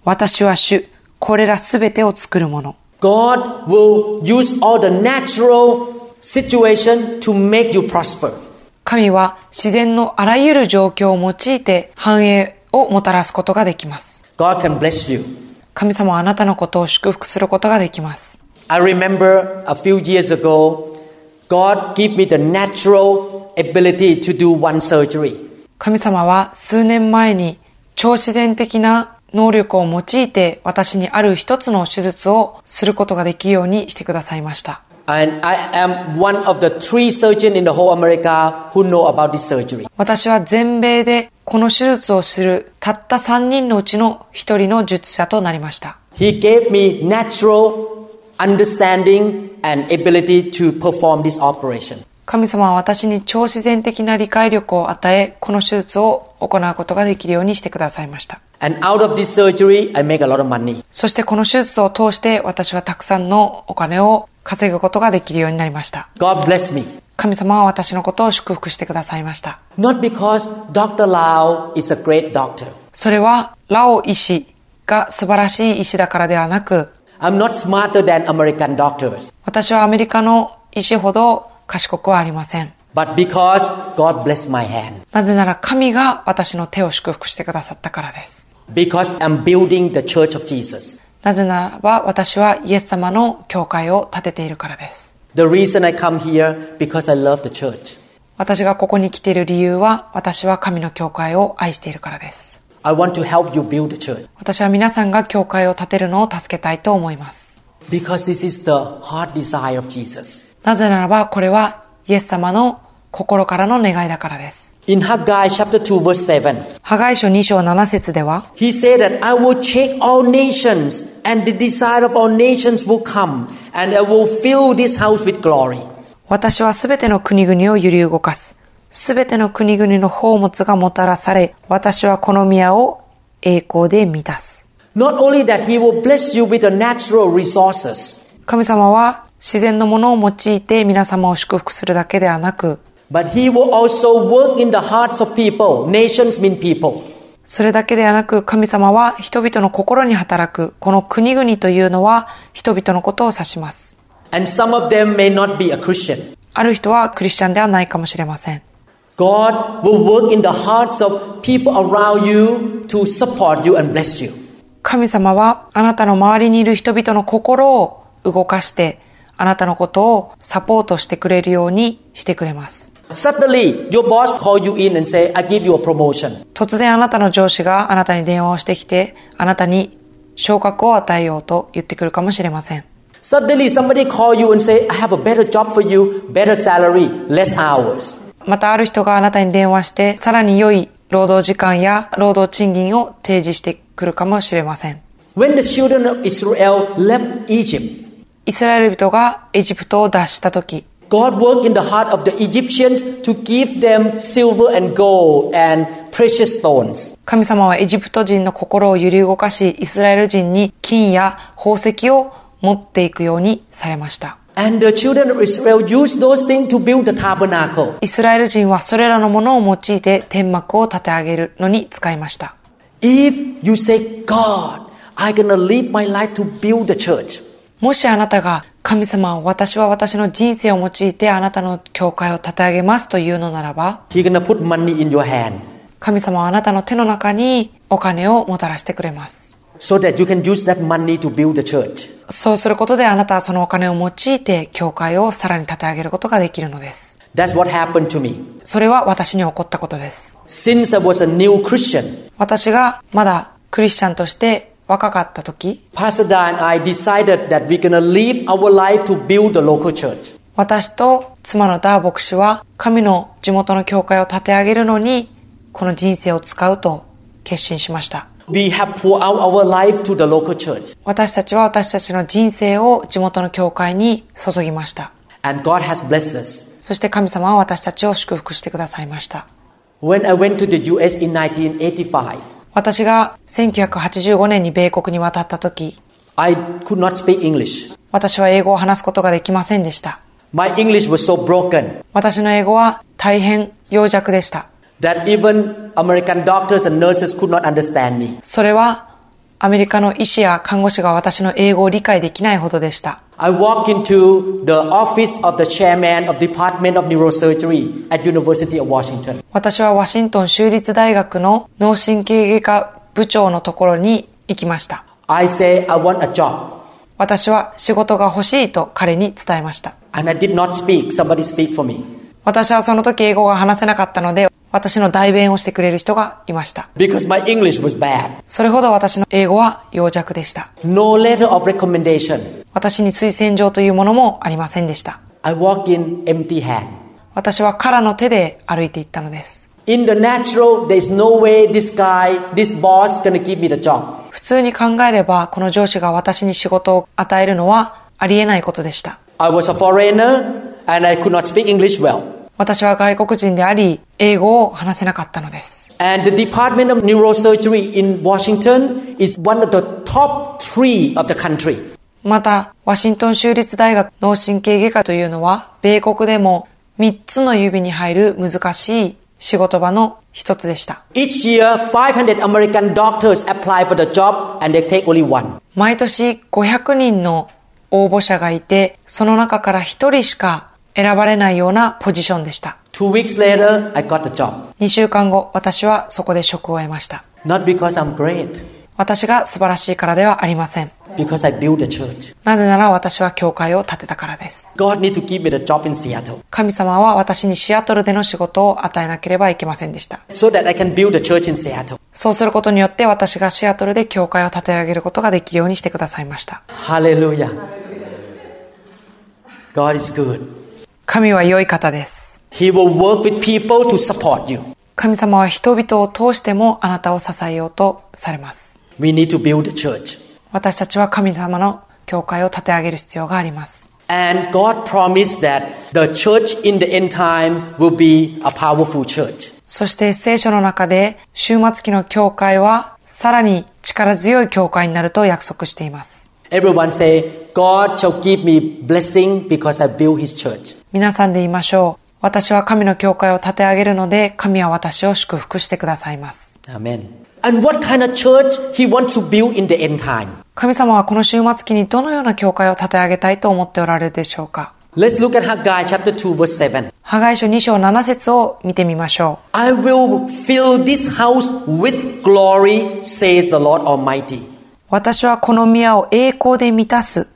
Speaker 3: 私は主、これらすべてを作るもの。
Speaker 2: God will use all the natural situation to make you prosper.
Speaker 3: 神は自然のあらゆる状況を用いて繁栄をもたらすことができます。
Speaker 2: God can bless you.
Speaker 3: 神様はあなたのことを祝福することができます。
Speaker 2: I remember a few years ago, God gave me the natural ability to do one surgery.
Speaker 3: 神様は数年前に超自然的な能力を用いて私にある一つの手術をすることができるようにしてくださいました。
Speaker 2: And I am one of the three surgeons in the whole America who know about this surgery.
Speaker 3: 私は全米でこの手術をするたった3人のうちの1人の術者となりました。
Speaker 2: He gave me natural understanding and ability to perform this operation.
Speaker 3: 神様は私に超自然的な理解力を与え、この手術を行うことができるようにしてくださいました。
Speaker 2: And out of this surgery, I make a lot of money.
Speaker 3: そしてこの手術を通して私はたくさんのお金を稼ぐことができるようになりました。
Speaker 2: God bless me.
Speaker 3: 神様は私のことを祝福してくださいました。
Speaker 2: Not because Dr. Lau is a great doctor.
Speaker 3: それは、ラオ医師が素晴らしい医師だからではなく、
Speaker 2: I'm not smarter than American doctors,
Speaker 3: 私はアメリカの医師ほど賢くはありません。
Speaker 2: but because God bless my hand.
Speaker 3: なぜなら神が私の手を祝福してくださったからです。
Speaker 2: Because I'm building the church of Jesus.
Speaker 3: なぜならば私はイエス様の教会を建てているからです。
Speaker 2: The reason I come here because I love the church.
Speaker 3: 私がここに来ている理由は私は神の教会を愛しているからです。
Speaker 2: I want to help you build the church.
Speaker 3: 私は皆さんが教会を建てるのを助けたいと思います。
Speaker 2: Because this is the heart desire of Jesus.
Speaker 3: なぜならばこれはイエス様の心からの願いだからです。
Speaker 2: In Haggai chapter 2 verse 7,
Speaker 3: ハガイ書2章7節では
Speaker 2: he said that I will check all nations and the desire of all nations will come and I will fill this house with glory.
Speaker 3: 私はすべての国々を揺り動かす。すべての国々の宝物がもたらされ、私はこの宮を栄光で満たす。
Speaker 2: Not only that, he will bless you with the natural resources,
Speaker 3: 神様は自然のものを用いて皆様を祝福するだけではなく、
Speaker 2: but he will also work in the hearts of people. Nations mean people.
Speaker 3: それだけではなく神様は人々の心に働く、この国々というのは人々のことを指します。
Speaker 2: And some of them may not be a Christian.
Speaker 3: ある人はクリスチャンではないかもしれません。
Speaker 2: God will work in the hearts of people around you to support you and bless you.
Speaker 3: 神様はあなたの周りにいる人々の心を動かしてあなたのことをサポートしてくれるようにしてくれます。
Speaker 2: Suddenly, your boss call you in and say, "I give you a promotion."
Speaker 3: 突然あなたの上司があなたに電話をしてきてあなたに昇格を与えようと言ってくるかもしれません。
Speaker 2: Suddenly, somebody call you and say, "I have a better job for you, better salary, less hours."
Speaker 3: またある人があなたに電話してさらに良い労働時間や労働賃金を提示してくるかもしれません。
Speaker 2: When the children of Israel left Egypt,
Speaker 3: イスラエル人がエジプトを脱した時
Speaker 2: God worked in the heart of the Egyptians to give them silver and gold and precious stones.
Speaker 3: 神様はエジプト人の心を揺り動かし、イスラエル人に金や宝石を持っていくようにされました。
Speaker 2: And the children of Israel used those things to build the tabernacle.
Speaker 3: イスラエル人はそれらのものを用いて天幕を立て上げるのに使いました。
Speaker 2: If you say, "God, I'm gonna live my life to build the church,"
Speaker 3: もしあなたが神様を私は私の人生を用いてあなたの教会を立て上げますというのならば、
Speaker 2: He's gonna put money in your hand.
Speaker 3: 神様はあなたの手の中にお金をもたらしてくれます。
Speaker 2: so that you can use that money to build the church.
Speaker 3: そうすることであなたはそのお金を用いて教会をさらに立て上げることができるのです。
Speaker 2: That's what happened to me.
Speaker 3: それは私に起こったことです。
Speaker 2: Since I was a new Christian,
Speaker 3: 私がまだクリスチャンとして若かった時、
Speaker 2: Pastor Da and I decided that we're going to live our life to build the local church.
Speaker 3: 私と妻のダー牧師は神の地元の教会を立て上げるのに、この人生を使うと決心しました。
Speaker 2: We have poured out our life to the local church,
Speaker 3: 私たちは私たちの人生を地元の教会に注ぎました。
Speaker 2: and God has blessed us.
Speaker 3: そして神様は私たちを祝福してくださいました。
Speaker 2: When I went to the US in 1985,
Speaker 3: 私が1985年に米国に渡った時、
Speaker 2: I could not speak English.
Speaker 3: 私は英語を話すことができませんでした。
Speaker 2: My English was so broken
Speaker 3: 私の英語は大変弱弱でした。
Speaker 2: that even American doctors and nurses could not understand me.
Speaker 3: それはアメリカの医師や看護師が私の英語を理解できないほどでした。
Speaker 2: I walked into the office of the chairman of Department of Neurosurgery at University of Washington.
Speaker 3: 私はワシントン州立大学の脳神経外科部長のところに行きました。
Speaker 2: I say I want a job
Speaker 3: 私は仕事が欲しいと彼に伝えました。
Speaker 2: and I did not speak. Somebody speak for me
Speaker 3: 私はその時英語が話せなかったので、私の代弁をしてくれる人がいました。
Speaker 2: because my English was bad.
Speaker 3: それほど私の英語は弱弱でした。
Speaker 2: No letter of recommendation.
Speaker 3: 私に推薦状というものもありませんでした。
Speaker 2: I walk in empty hand.
Speaker 3: 私は空の手で歩いていったのです。
Speaker 2: In the natural, there's no way this guy, this boss gonna give me the job.
Speaker 3: 普通に考えれば、この上司が私に仕事を与えるのはありえないことでした。
Speaker 2: I was a foreigner and I could not speak English well.
Speaker 3: 私は外国人であり、英語を話せなかったのです。
Speaker 2: And the Department of Neurosurgery in Washington is one of the top three of the country.
Speaker 3: また、ワシントン州立大学脳神経外科というのは、米国でも3つの指に入る難しい仕事場の一つでした。
Speaker 2: Each year, 500 American doctors apply for the job and they take only one.
Speaker 3: 毎年500人の応募者がいて、その中から1人しか選ばれないようなポジションでした。
Speaker 2: Two weeks later, I got the job.
Speaker 3: 2週間後、私はそこで職を得ました。
Speaker 2: Not because I'm great,
Speaker 3: 私が素晴らしいからではありません。
Speaker 2: because I built a church.
Speaker 3: なぜなら私は教会を建てたからです。
Speaker 2: God need to give me the job in Seattle
Speaker 3: 神様は私にシアトルでの仕事を与えなければいけませんでした。
Speaker 2: so that I can build a church in Seattle.
Speaker 3: そうすることによって私がシアトルで教会を建て上げることができるようにしてくださいました。
Speaker 2: Hallelujah. God is good.
Speaker 3: 神は良い方です。
Speaker 2: He will work with people to support you.
Speaker 3: 神様は人々を通してもあなたを支えようとされます。
Speaker 2: We need to build a church.
Speaker 3: 私たちは神様の教会を建て上げる必要があります。
Speaker 2: And God promised that the church in the end time will be a powerful church.
Speaker 3: そして聖書の中で終末期の教会はさらに力強い教会になると約束しています。
Speaker 2: Everyone say, God shall give me blessing because I build his church.
Speaker 3: 皆さんで言いましょう。私は神の教会を建て上げるので神は私を祝福してくださいます。
Speaker 2: Amen. And what kind of church he wants to build in the end time?
Speaker 3: 神様はこの終末期にどのような教会を建て上げたいと思っておられるでしょうか
Speaker 2: Let's look at Haggai chapter 2 verse 7.
Speaker 3: 破壊書2章7節を見てみましょ
Speaker 2: I will fill this house with glory, says the Lord Almighty.
Speaker 3: う。私はこの宮を栄光で満たす。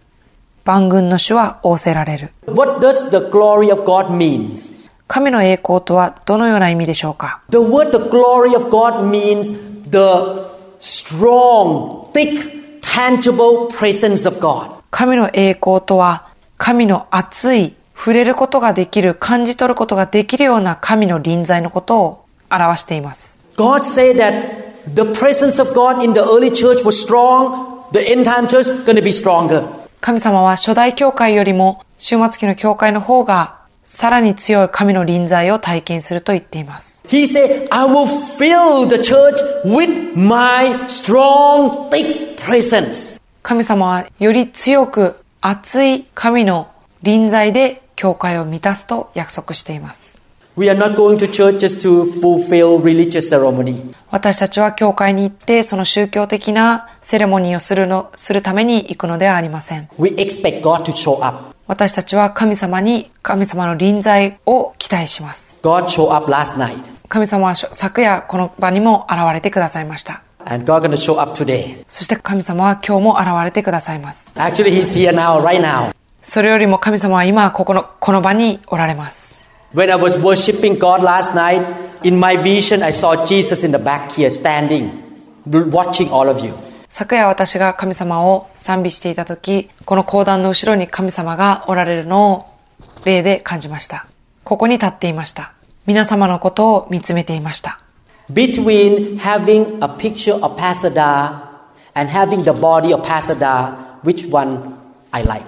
Speaker 3: 万軍の主は仰せられる。
Speaker 2: What does the glory of God mean?
Speaker 3: 神の栄光とはどのような意味でしょうか
Speaker 2: The word the glory of God means the strong, thick, tangible presence of God.
Speaker 3: 神の栄光とは神の熱い触れることができる感じ取ることができるような神の臨在のことを表しています
Speaker 2: God said that the presence of God in the early church was strong, the end time church going to be stronger.
Speaker 3: 神様は初代教会よりも終末期の教会の方がさらに強い神の臨在を体験すると言っています
Speaker 2: He said, I will fill the church with my strong, thick presence.
Speaker 3: 神様はより強く熱い神の臨在で教会を満たすと約束しています
Speaker 2: We are not going to church just to fulfill religious ceremony.
Speaker 3: 私たちは教会に行ってその宗教的なセレモニーをするのするために行くのではありません
Speaker 2: We expect God to show up.
Speaker 3: 私たちは神様に神様の臨在を期待します。
Speaker 2: God showed up last night,
Speaker 3: 神様は昨夜この場にも現れてくださいました。
Speaker 2: and God going to show up today.
Speaker 3: そして神様は今日も現れてくださいます。
Speaker 2: Actually, he's here now, right now.
Speaker 3: それよりも神様は今ここの、この場におられます。
Speaker 2: When I was worshiping God last night, in my vision, I saw Jesus in the back here standing, watching all of you.
Speaker 3: 昨夜私が神様を賛美していた時、この講談の後ろに神様がおられるのを霊で感じました。ここに立っていました。皆様のことを見つめていました。
Speaker 2: Between having a picture of Pasada and having the body of Pasada, which one I like?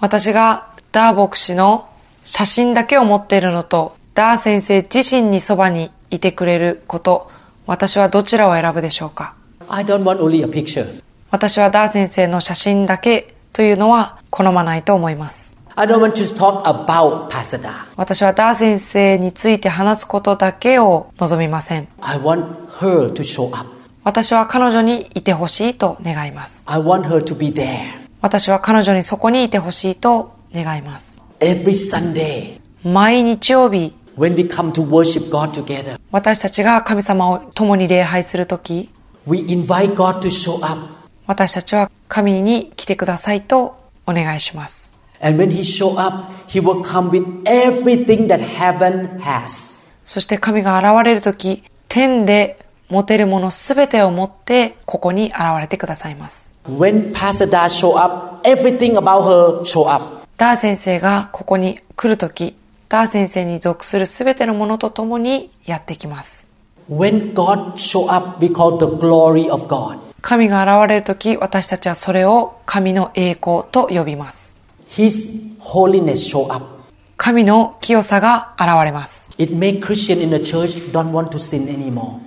Speaker 3: 私がダー牧師の写真だけを持っているのと、ダー先生自身にそばにいてくれること、私はどちらを選ぶでしょうか
Speaker 2: I don't want only a picture.
Speaker 3: 私はダー先生の写真だけというのは好まないと思います。
Speaker 2: I don't want to talk about Pasada.
Speaker 3: 私はダー先生について話すことだけを望みません。
Speaker 2: I want her to show up.
Speaker 3: 私は彼女にいてほしいと願います。
Speaker 2: I want her to be there
Speaker 3: 私は彼女にそこにいてほしいと願います。
Speaker 2: every Sunday
Speaker 3: 毎日曜日、
Speaker 2: when we come to worship God together.
Speaker 3: 私たちが神様を共に礼拝するとき、
Speaker 2: We invite God to show up.
Speaker 3: 私たちは神に来てくださいとお願いします。
Speaker 2: And when he show up, he will come with everything that heaven has.
Speaker 3: そして神が現れるとき、天で持てるものすべてを持ってここに現れてくださいます。
Speaker 2: When Pasada show up, everything about her show up.
Speaker 3: ダー先生がここに来るとき、ダー先生に属するすべてのものと共にやってきます。
Speaker 2: When God show up, we call the glory of God.
Speaker 3: 神が現れるとき、私たちはそれを神の栄光と呼びます。
Speaker 2: His holiness show up.
Speaker 3: 神の清さが現れます。
Speaker 2: It make Christian in the church don't want to sin anymore.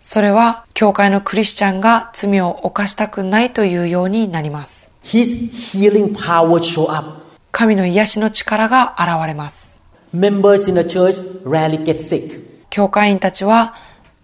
Speaker 3: それは、教会のクリスチャンが罪を犯したくないというようになります。
Speaker 2: His healing power show up.
Speaker 3: 神の癒しの力が現れます。
Speaker 2: Members in the church rarely get sick.
Speaker 3: 教会員たちは、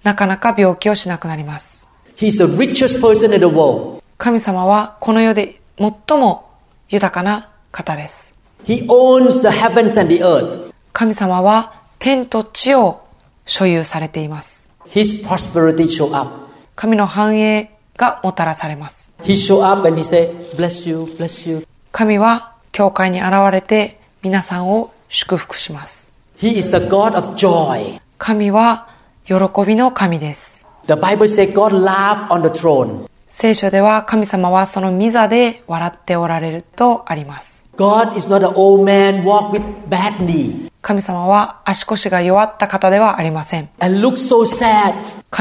Speaker 3: なかなか病気をしなくなります。
Speaker 2: He's the richest person in the world.
Speaker 3: 神様は、この世で最も豊かな方です。
Speaker 2: He owns the heavens and the earth.
Speaker 3: 神様は、天と地を所有されています。
Speaker 2: His prosperity show up.
Speaker 3: 神の繁栄がもたらされます。
Speaker 2: He show up and he say, bless you, bless you.
Speaker 3: 神は、教会に現れて、皆さんを祝福します。
Speaker 2: He is the God of joy.
Speaker 3: 神は、喜びの神です。
Speaker 2: The Bible says God laughed on the throne.
Speaker 3: 聖書では神様はその御座で笑っておられるとあります。
Speaker 2: God is not an old man walk with bad knee
Speaker 3: 神様は足腰が弱った方ではありません。
Speaker 2: and look so sad.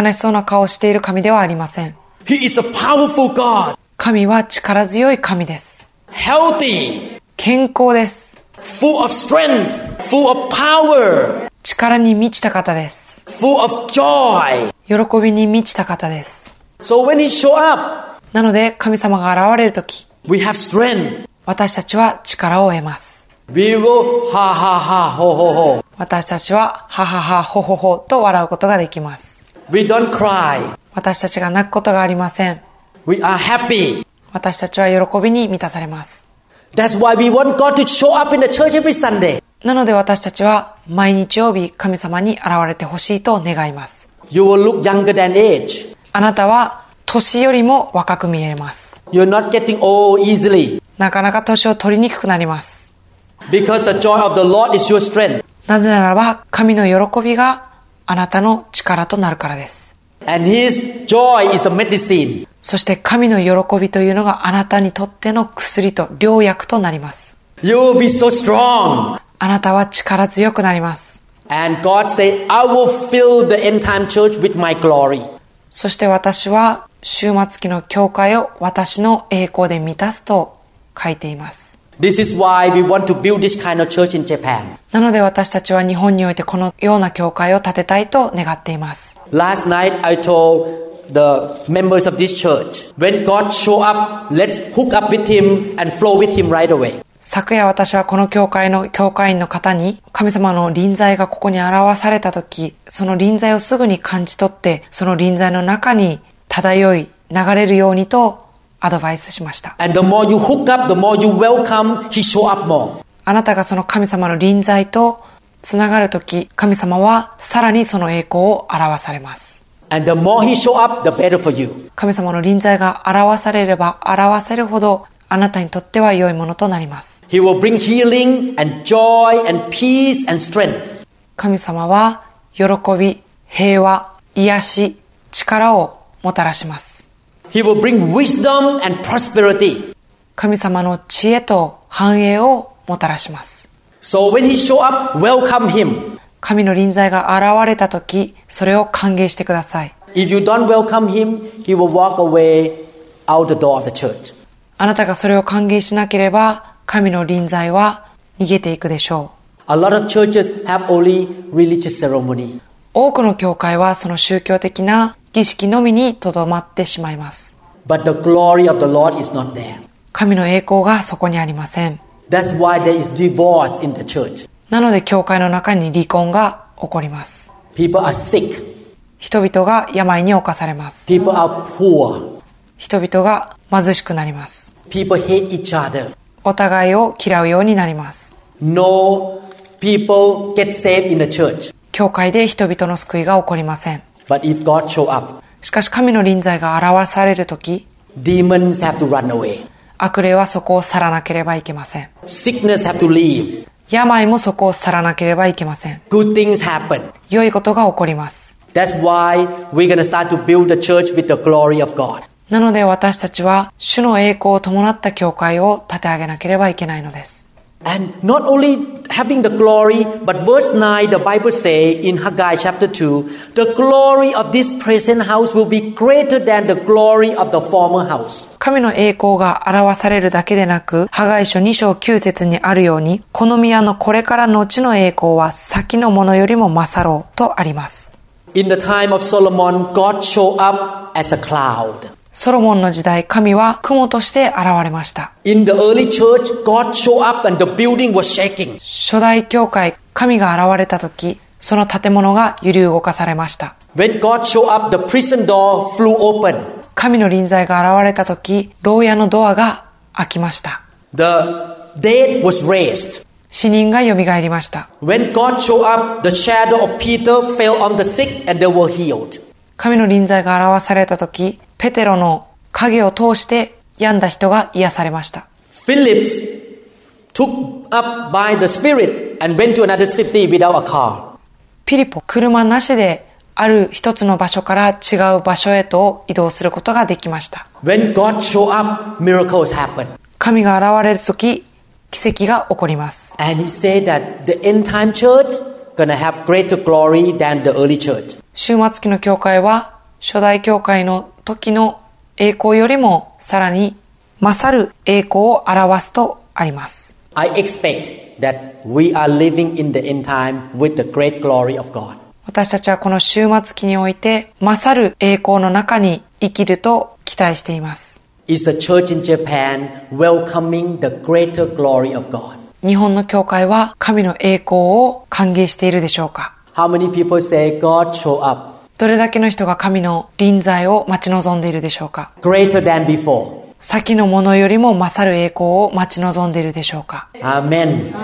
Speaker 3: 悲しそうな顔をしている神ではありません。
Speaker 2: He is a powerful God,
Speaker 3: 神は力強い神です。
Speaker 2: healthy,
Speaker 3: 健康です。
Speaker 2: full of strength, full of power,
Speaker 3: 力に満ちた方です。
Speaker 2: full of joy.
Speaker 3: 喜びに満ちた方です。
Speaker 2: So when he show up,
Speaker 3: なので神様が現れるとき、
Speaker 2: we have strength.
Speaker 3: 私たちは力を得ます。
Speaker 2: We will ha ha ha ho ho ho.
Speaker 3: 私たちは、ははは、ほほほと笑うことができます。
Speaker 2: We don't cry.
Speaker 3: 私たちが泣くことがありません。
Speaker 2: We are happy.
Speaker 3: 私たちは喜びに満たされます。
Speaker 2: That's why we want God to show up in the church every Sunday.
Speaker 3: なので私たちは毎日曜日神様に現れてほしいと願います。
Speaker 2: You will look younger than age.
Speaker 3: あなたは年よりも若く見えます。
Speaker 2: You're not getting old easily
Speaker 3: なかなか年を取りにくくなります。
Speaker 2: because the joy of the Lord is your strength
Speaker 3: なぜならば神の喜びがあなたの力となるからです。
Speaker 2: and His joy is the medicine.
Speaker 3: そして神の喜びというのがあなたにとっての薬と良薬となります。
Speaker 2: You will be so strong.
Speaker 3: あなたは力強くなります。
Speaker 2: And God say, I will fill the end time church with my glory.
Speaker 3: そして私は終末期の教会を私の栄光で満たすと書いています。
Speaker 2: This is why we want to build this kind of church in Japan.
Speaker 3: なので私たちは日本においてこのような教会を建てたいと願っています。
Speaker 2: Last night I told the members of this church, when God show up, let's hook up with Him and flow with Him right away.
Speaker 3: 昨夜私はこの教会の教会員の方に神様の臨在がここに表された時、その臨在をすぐに感じ取って、その臨在の中に漂い流れるようにとアドバイスしました。
Speaker 2: And the more you hook up, the more you welcome, He show up more.
Speaker 3: あなたがその神様の臨在とつながる時、神様はさらにその栄光を表されます。
Speaker 2: And the more He show up, the better for you.
Speaker 3: 神様の臨在が表されれば表せるほどあなたにとっては良いものとなります。
Speaker 2: He will bring healing and joy and peace and strength.
Speaker 3: 神様は喜び、平和、癒し、力をもたらします。
Speaker 2: He will bring wisdom and prosperity.
Speaker 3: 神様の知恵と繁栄をもたらします。
Speaker 2: So when he show up, welcome him.
Speaker 3: 神の臨在が現れた時、それを歓迎してください。
Speaker 2: If you don't welcome him, he will walk away out the door of the church.
Speaker 3: あなたがそれを歓迎しなければ、神の臨在は逃げていくでしょう。
Speaker 2: A lot of churches have only religious ceremony.
Speaker 3: 多くの教会はその宗教的な儀式のみにとどまってしまいます。
Speaker 2: But the glory of the Lord is not there.
Speaker 3: 神の栄光がそこにありません。
Speaker 2: That's why there is divorce in the church.
Speaker 3: なので教会の中に離婚が起こります。
Speaker 2: People are sick.
Speaker 3: 人々が病に侵されます。
Speaker 2: People are poor.
Speaker 3: 人々が貧しくなります。
Speaker 2: People hate each other.
Speaker 3: お互いを嫌うようになります。
Speaker 2: No people get saved in the church.
Speaker 3: 教会で人々の救いが起こりません。
Speaker 2: But if God show up,
Speaker 3: しかし神の臨在が表されるとき、
Speaker 2: demons have to run away.
Speaker 3: 悪霊はそこを去らなければいけません。
Speaker 2: Sickness have to leave.
Speaker 3: 病もそこを去らなければいけません。
Speaker 2: Good things happen.
Speaker 3: 良いことが起こります。
Speaker 2: That's why we're going to start to build the church with the glory of God.
Speaker 3: なので私たちは主の栄光を伴った教会を立て上げなければいけないのです。
Speaker 2: And not only having the glory, but verse 9, the Bible say in Haggai chapter 2, the glory of this present house will be greater than the glory of the former house.
Speaker 3: 神の栄光が表されるだけでなく、破外書2章9節にあるように、この宮のこれからの後の栄光は先のものよりも勝ろうとあります。
Speaker 2: In the time of Solomon, God showed up as a cloud.
Speaker 3: ソロモンの時代、神は雲として現れました。
Speaker 2: In the early church, God showed up and the building was shaking.
Speaker 3: 初代教会、神が現れた時、その建物が揺り動かされました。
Speaker 2: When God showed up, the prison door flew open.
Speaker 3: 神の臨在が現れた時、牢屋のドアが開きました。
Speaker 2: The dead was raised.
Speaker 3: 死人が蘇りました。
Speaker 2: When God showed up, the shadow of Peter fell on the sick and they were healed.
Speaker 3: 神の臨在が表された時、ペテロの影を通して病んだ人が癒されました。
Speaker 2: Philip took up by the Spirit and went to another city without a car.
Speaker 3: ピリポ、車なしである一つの場所から違う場所へと移動することができました。
Speaker 2: When God showed up, miracles happened.
Speaker 3: 神が現れる時、奇跡が起こります。
Speaker 2: And he said that the end time church gonna have greater glory than the early church.
Speaker 3: 終末期の教会は、初代教会の時の栄光よりもさらに勝る栄光を表すとあります。
Speaker 2: I expect that we are living in the end time with the great glory of God.
Speaker 3: 私たちはこの終末期において、勝る栄光の中に生きると期待しています。
Speaker 2: Is the church in Japan welcoming the greater glory of God?
Speaker 3: 日本の教会は神の栄光を歓迎しているでしょうか
Speaker 2: How many people say God show up
Speaker 3: どれだけの人が神の臨在を待ち望んでいるでしょうか
Speaker 2: greater than before?
Speaker 3: 先のものよりも勝る栄光を待ち望んでいるでしょうか
Speaker 2: Amen.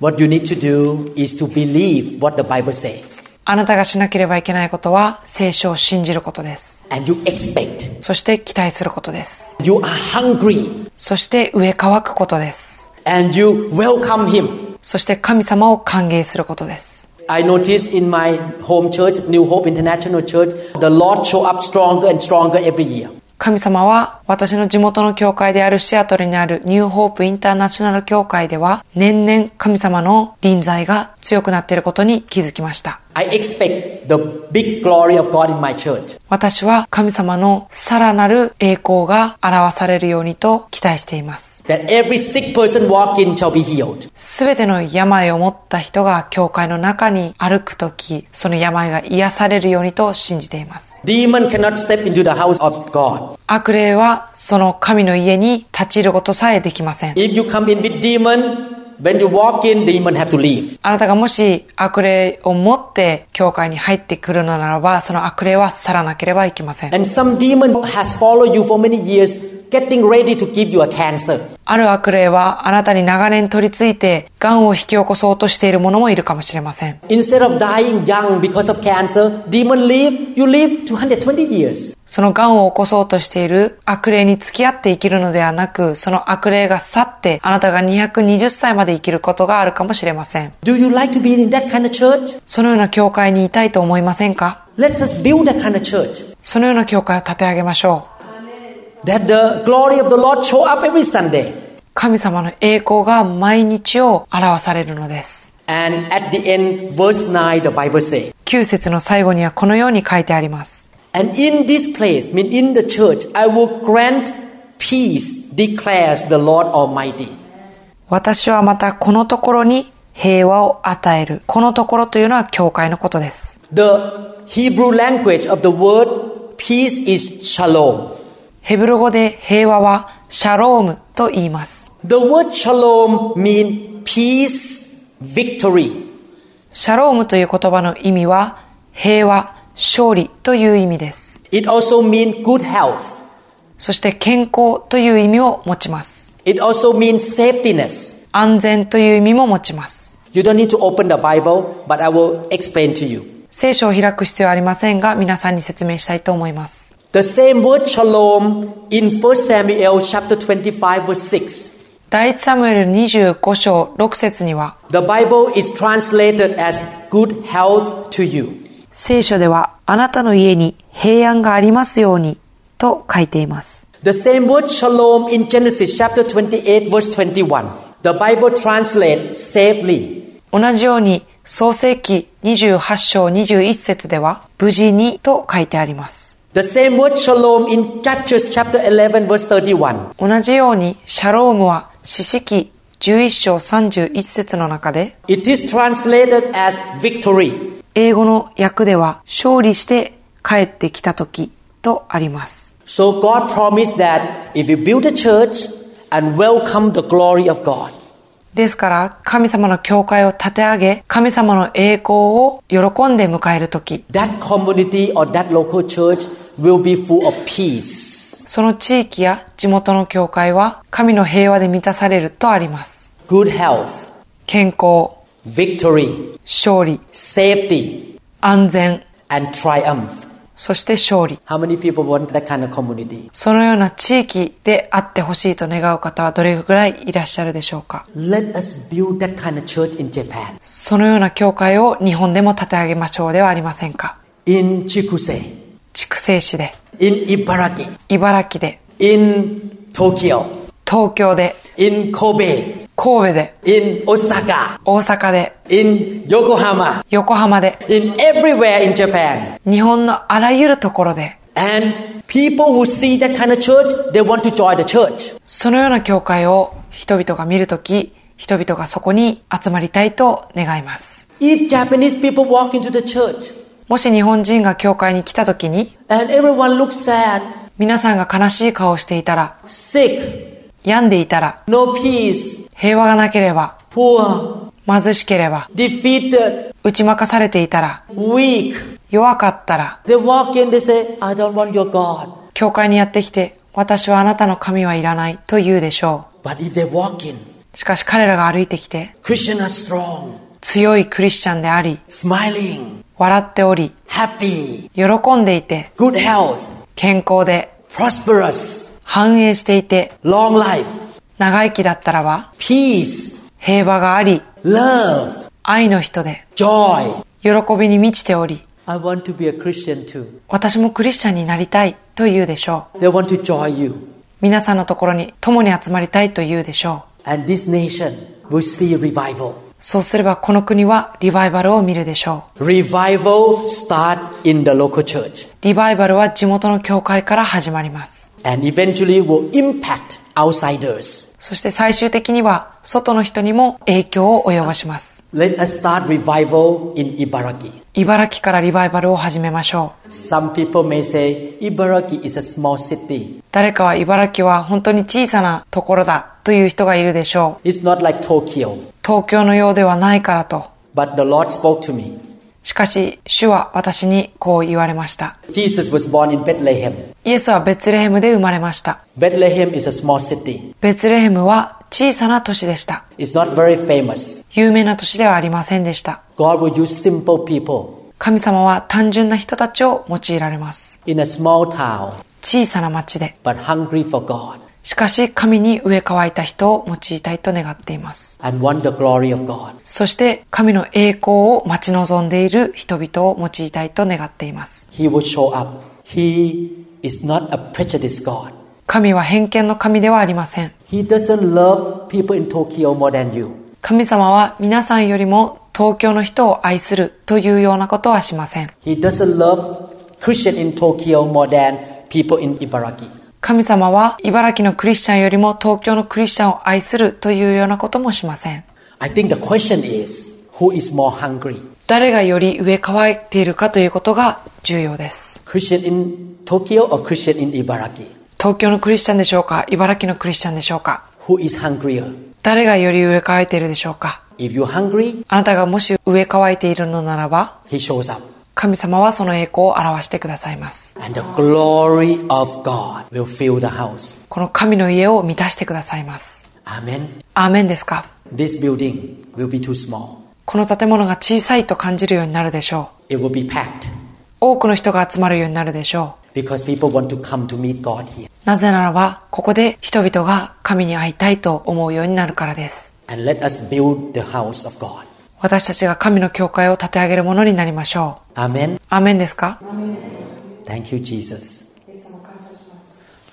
Speaker 2: What you need to do is to believe what the Bible says
Speaker 3: あなたがしなければいけないことは聖書を信じることです。
Speaker 2: and you expect.
Speaker 3: そして期待することです。
Speaker 2: You are hungry
Speaker 3: そして植え乾くことです。
Speaker 2: and you welcome him.
Speaker 3: そして神様を歓迎することです。
Speaker 2: I noticed in my home church, New Hope International Church, the Lord show up stronger and stronger every year.
Speaker 3: 神様は私の地元の教会であるシアトルにあるニューホープインターナショナル教会では年々神様の臨在が強くなっていることに気づきました。
Speaker 2: I expect the big glory of God in my church.
Speaker 3: 私は神様のさらなる栄光が表されるようにと期待しています。
Speaker 2: That every sick person walk in shall be healed.
Speaker 3: すべての病を持った人が教会の中に歩くとき、その病が癒されるようにと信じています。
Speaker 2: Demon cannot step into the house of God.
Speaker 3: 悪霊はその神の家に立ち入ることさえできません。
Speaker 2: If you come in with demon, when you walk in, demon have to leave.
Speaker 3: あなたがもし悪霊を持って教会に入ってくるのならば、その悪霊は去らなければいけません。
Speaker 2: And some demon has followed you for many years, getting ready to give you a cancer.
Speaker 3: ある悪霊はあなたに長年取り付いて、癌を引き起こそうとしている者もいるかもしれません。
Speaker 2: Instead of dying young because of cancer, demon live, you live 220 years.
Speaker 3: その癌を起こそうとしている悪霊に付き合って生きるのではなく、その悪霊が去って、あなたが220歳まで生きることがあるかもしれません。
Speaker 2: Do you like to be in that kind of church?
Speaker 3: そのような教会にいたいと思いませんか
Speaker 2: Let us build that kind of church.
Speaker 3: そのような教会を立て上げましょう。
Speaker 2: That the glory of the Lord show up every Sunday.
Speaker 3: 神様の栄光が毎日を表されるのです。
Speaker 2: And at the end, verse 9, the Bible says,
Speaker 3: 9節の最後にはこのように書いてあります。
Speaker 2: And in this place, mean in the church, I will grant peace, declares the Lord Almighty.
Speaker 3: 私はまたこのところに平和を与える。このところというのは教会のことです。
Speaker 2: The Hebrew language of the word peace is shalom.
Speaker 3: ヘブル語で平和はシャロームと言います。
Speaker 2: The word shalom means peace, victory.
Speaker 3: シャロームという言葉の意味は平和、勝利という意味です。
Speaker 2: It also means good health.
Speaker 3: そして健康という意味を持ちます。
Speaker 2: It also means safetyness.
Speaker 3: 安全という意味も持ちます。
Speaker 2: You don't need to open the Bible, but I will explain to you.
Speaker 3: 聖書を開く必要はありませんが皆さんに説明したいと思います。
Speaker 2: The same word shalom in 1 Samuel chapter 25 verse 6.
Speaker 3: 第一サムエル25章6節には
Speaker 2: The Bible is translated as good health to you.
Speaker 3: 聖書ではあなたの家に平安がありますようにと書いています。
Speaker 2: The same word shalom in Genesis chapter 28 verse 21. The Bible translates safely.
Speaker 3: 同じように創世記28章21節では無事にと書いてあります。
Speaker 2: The same word shalom in Judges chapter 11 verse 31.
Speaker 3: 同じようにシャロームは四式11章31節の中で
Speaker 2: It is translated as victory.
Speaker 3: 英語の訳では勝利して帰ってきた時とあります。
Speaker 2: So God promised that if you build a church and welcome the glory of God,
Speaker 3: ですから神様の教会を立て上げ神様の栄光を喜んで迎える時
Speaker 2: that community or that local church will be full of peace,
Speaker 3: その地域や地元の教会は神の平和で満たされるとあります。
Speaker 2: good health,
Speaker 3: 健康、
Speaker 2: victory,
Speaker 3: 勝利、
Speaker 2: safety,
Speaker 3: 安全、
Speaker 2: and triumph.
Speaker 3: そして勝利。
Speaker 2: How many people want that kind of community?
Speaker 3: そのような地域であってほしいと願う方はどれぐらいいらっしゃるでしょうか
Speaker 2: Let us build that kind of church in Japan,
Speaker 3: そのような教会を日本でも立て上げましょうではありませんか
Speaker 2: in Chikuse,
Speaker 3: 筑西市で、
Speaker 2: in Ibaraki,
Speaker 3: 茨城で、
Speaker 2: in Tokyo,
Speaker 3: 東京で、
Speaker 2: in Kobe,
Speaker 3: 神戸で、
Speaker 2: in Osaka,
Speaker 3: 大阪で、
Speaker 2: in Yokohama,
Speaker 3: 横浜で、
Speaker 2: in everywhere in Japan.
Speaker 3: 日本のあらゆるところで、
Speaker 2: And people who see that kind of church, they want to join the church.
Speaker 3: そのような教会を人々が見るとき、人々がそこに集まりたいと願います。
Speaker 2: If Japanese people walk into the church
Speaker 3: もし日本人が教会に来たときに、
Speaker 2: and everyone looks sad,
Speaker 3: 皆さんが悲しい顔をしていたら、
Speaker 2: sick,
Speaker 3: 病んでいたら、
Speaker 2: no peace,
Speaker 3: 平和がなければ、
Speaker 2: poor,
Speaker 3: 貧しければ、
Speaker 2: defeated,
Speaker 3: 打ち負かされていたら、
Speaker 2: weak,
Speaker 3: 弱かったら、
Speaker 2: they walk in, they say, I don't want your God.
Speaker 3: 教会にやってきて、私はあなたの神はいらないと言うでしょ
Speaker 2: But if they walk in,
Speaker 3: う。しかし彼らが歩いてきて、
Speaker 2: Christians are strong,
Speaker 3: 強いクリスチャンであり、
Speaker 2: smiling,
Speaker 3: 笑っており、
Speaker 2: happy,
Speaker 3: 喜んでいて、
Speaker 2: good health,
Speaker 3: 健康で、
Speaker 2: prosperous,
Speaker 3: 繁栄していて、
Speaker 2: long life,
Speaker 3: 長生きだったらば、
Speaker 2: peace,
Speaker 3: 平和があり、
Speaker 2: love,
Speaker 3: 愛の人で、
Speaker 2: joy.
Speaker 3: 喜びに満ちており、
Speaker 2: I want to be a Christian too.
Speaker 3: 私もクリスチャンになりたいと言うでしょう。
Speaker 2: They want to join you.
Speaker 3: 皆さんのところに共に集まりたいと言うでしょう。
Speaker 2: And this nation will see revival.
Speaker 3: そうすればこの国はリバイバルを見るでしょう。
Speaker 2: Revival start in the local church
Speaker 3: リバイバルは地元の教会から始まります。
Speaker 2: and eventually will impact outsiders.
Speaker 3: そして最終的には外の人にも影響を及ぼします。
Speaker 2: Let us start revival in Ibaraki.
Speaker 3: 茨城からリバイバルを始めましょ
Speaker 2: Some people may say Ibaraki is a small city.
Speaker 3: う。誰かは茨城は本当に小さなところだという人がいるでしょう。
Speaker 2: It's not like Tokyo.
Speaker 3: 東京のようではないからと。
Speaker 2: But the Lord spoke to me.
Speaker 3: しかし、主は私にこう言われました。
Speaker 2: Jesus was born in Bethlehem.
Speaker 3: イエスはベツレヘムで生まれました。
Speaker 2: Bethlehem is a small city.
Speaker 3: ベツレヘムは小さな都市でした。
Speaker 2: It's not very famous.
Speaker 3: 有名な都市ではありませんでした。
Speaker 2: God will use simple people
Speaker 3: 神様は単純な人たちを用いられます。
Speaker 2: in a small town,
Speaker 3: 小さな町で。
Speaker 2: but hungry for God
Speaker 3: しかし神に植え替えた人を用いたいと願っています。
Speaker 2: and want the glory of God.
Speaker 3: そして神の栄光を待ち望んでいる人々を用いたいと願っています。
Speaker 2: He will show up. He is not a prejudiced God.
Speaker 3: 神は偏見の神ではありません。
Speaker 2: He doesn't love people in Tokyo more than you.
Speaker 3: 神様は皆さんよりも東京の人を愛するというようなことはしません。
Speaker 2: He doesn't love Christian in Tokyo more than people in Ibaraki.
Speaker 3: 神様は茨城のクリスチャンよりも東京のクリスチャンを愛するというようなこともしません。
Speaker 2: I think the question is, who is more hungry?
Speaker 3: 誰がより上乾いているかということが重要です。
Speaker 2: Christian in Tokyo or Christian in Ibaraki?
Speaker 3: 東京のクリスチャンでしょうか茨城のクリスチャンでしょうか
Speaker 2: Who is hungrier?
Speaker 3: 誰がより上乾いているでしょうか
Speaker 2: If you're hungry,
Speaker 3: あなたがもし上乾いているのならば、
Speaker 2: he shows up.
Speaker 3: 神様はその栄光を表してくださいます。
Speaker 2: And the glory of God will fill the house.
Speaker 3: この神の家を満たしてくださいます。
Speaker 2: Amen.
Speaker 3: アーメンですか
Speaker 2: This building will be too small.
Speaker 3: この建物が小さいと感じるようになるでしょ
Speaker 2: It will be packed
Speaker 3: う。多くの人が集まるようになるでしょう。
Speaker 2: because people want to come to meet God here.
Speaker 3: なぜならば、ここで人々が神に会いたいと思うようになるからです。
Speaker 2: And let us build the house of God.
Speaker 3: 私たちが神の教会を立て上げるものになりましょ
Speaker 2: Amen.
Speaker 3: う。アーメンですか
Speaker 2: Thank you, Jesus.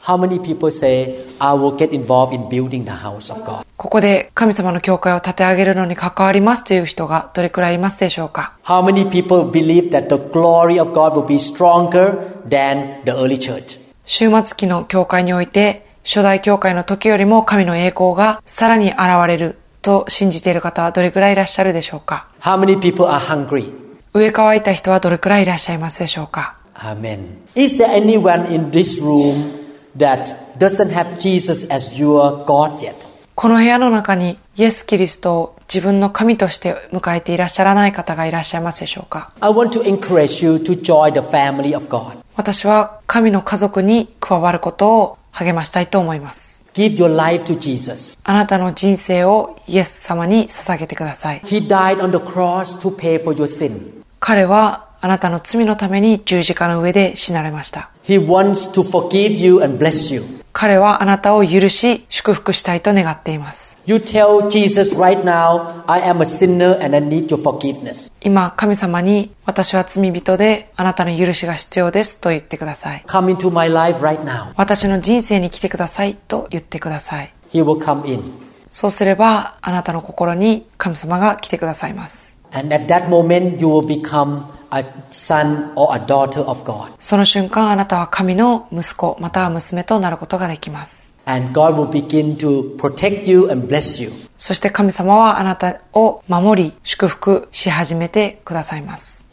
Speaker 2: How many people say, I will get involved in building the house of God?
Speaker 3: ここで神様の教会を立て上げるのに関わりますという人がどれくらいいますでしょうか
Speaker 2: How many people believe that the glory of God will be stronger than the early church?
Speaker 3: 終末期の教会において、初代教会の時よりも神の栄光がさらに現れると信じている方はどれくらいいらっしゃるでしょうか
Speaker 2: How many people are hungry?
Speaker 3: 上乾いた人はどれくらいいらっしゃいますでしょうか
Speaker 2: Amen. Is there anyone in this room that doesn't have Jesus as your God yet?
Speaker 3: この部屋の中にイエス・キリストを自分の神として迎えていらっしゃらない方がいらっしゃいますでしょうか
Speaker 2: I want to encourage you to join the family of God.
Speaker 3: 私は神の家族に加わることを励ましたいと思います。
Speaker 2: Give your life to Jesus.
Speaker 3: あなたの人生をイエス様に捧げてください。
Speaker 2: He died on the cross to pay for your sin.
Speaker 3: 彼はあなたの罪のために十字架の上で死なれました。
Speaker 2: He wants to forgive you and bless you.
Speaker 3: 彼はあなたを許し、祝福したいと願っています。
Speaker 2: You tell Jesus right now, I am a sinner and I need your forgiveness.
Speaker 3: 今、神様に私は罪人であなたの許しが必要ですと言ってください。
Speaker 2: Come into my life right now.
Speaker 3: 私の人生に来てくださいと言ってください。
Speaker 2: He will come in.
Speaker 3: そうすれば、あなたの心に神様が来てくださいます。
Speaker 2: And at that moment, you will become a son or a daughter of God.
Speaker 3: その瞬間、あなたは神の息子、または娘となることができます。
Speaker 2: And God will begin to protect you and bless you.
Speaker 3: そして神様はあなたを守り、祝福し始めてくださいます。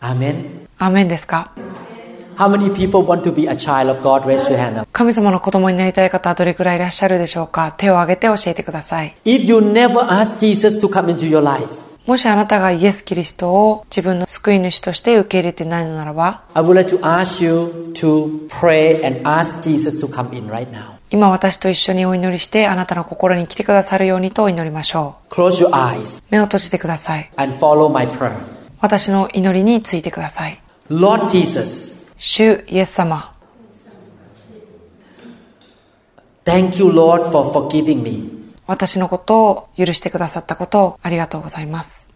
Speaker 2: Amen.
Speaker 3: アーメンですか
Speaker 2: How many people want to be a child of God? Raise your hand up.
Speaker 3: 神様の子供になりたい方はどれくらいいらっしゃるでしょうか手を挙げて教えてください。
Speaker 2: If you never ask Jesus to come into your life,
Speaker 3: もしあなたがイエス・キリストを自分の救い主として受け入れてないのならば、
Speaker 2: I would like to ask you to pray and ask Jesus to come in right now.
Speaker 3: 今私と一緒にお祈りしてあなたの心に来てくださるようにとお祈りましょ
Speaker 2: Close your eyes
Speaker 3: う。目を閉じてください。
Speaker 2: and follow my prayer.
Speaker 3: 私の祈りについてください。
Speaker 2: Lord Jesus,
Speaker 3: 主イエス様、
Speaker 2: thank you, Lord, for forgiving me.
Speaker 3: 私のことを許してくださったことをありがとうございます。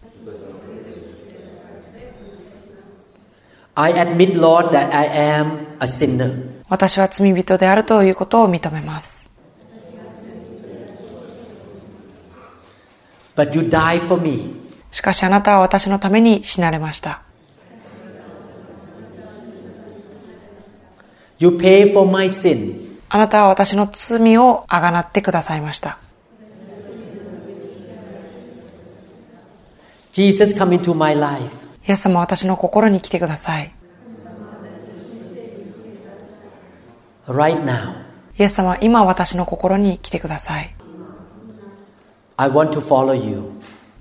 Speaker 2: I admit, Lord, that I am a sinner.
Speaker 3: 私は罪人であるということを認めます。
Speaker 2: But you died for me.
Speaker 3: しかしあなたは私のために死なれました。
Speaker 2: You pay for my sin.
Speaker 3: あなたは私の罪をあがなってくださいました。
Speaker 2: Jesus, come into my life.
Speaker 3: イエス様、私の心に来てください。
Speaker 2: Right now,
Speaker 3: イエス様、今私の心に来てください。
Speaker 2: I want to follow you.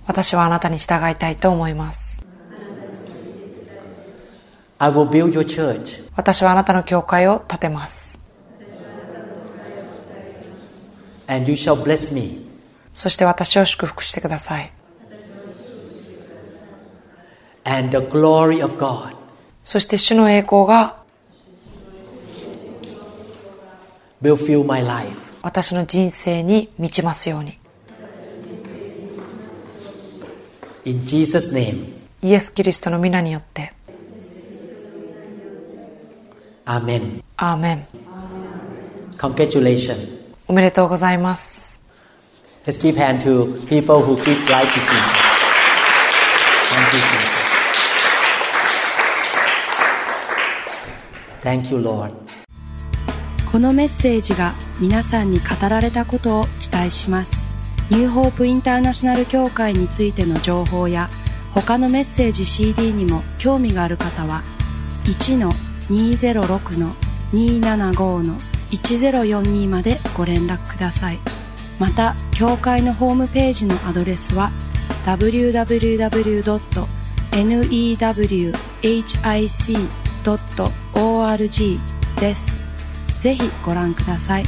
Speaker 3: 私はあなたに従いたいと思います。
Speaker 2: I will build your church.
Speaker 3: 私はあなたの教会を建てます。
Speaker 2: and you shall bless me.
Speaker 3: そして私を祝福してください。
Speaker 2: and the glory of God.
Speaker 3: そして主の栄光が
Speaker 2: will fill my life.
Speaker 3: 私の人生に満ちますように。
Speaker 2: In Jesus' name,
Speaker 3: イエス・キリストの皆によって。
Speaker 2: Amen.
Speaker 3: アーメン。
Speaker 2: Congratulations.
Speaker 3: おめでとうございます。
Speaker 2: Let's give hand to people who give life to Jesus. Thank you, Jesus. Thank you, Lord.
Speaker 1: このメッセージが皆さんに語られたことを期待しますニューホープインターナショナル協会についての情報や他のメッセージ CD にも興味がある方は1-206-275-1042までご連絡くださいまた協会のホームページのアドレスは www.newhic.org ですぜひご覧ください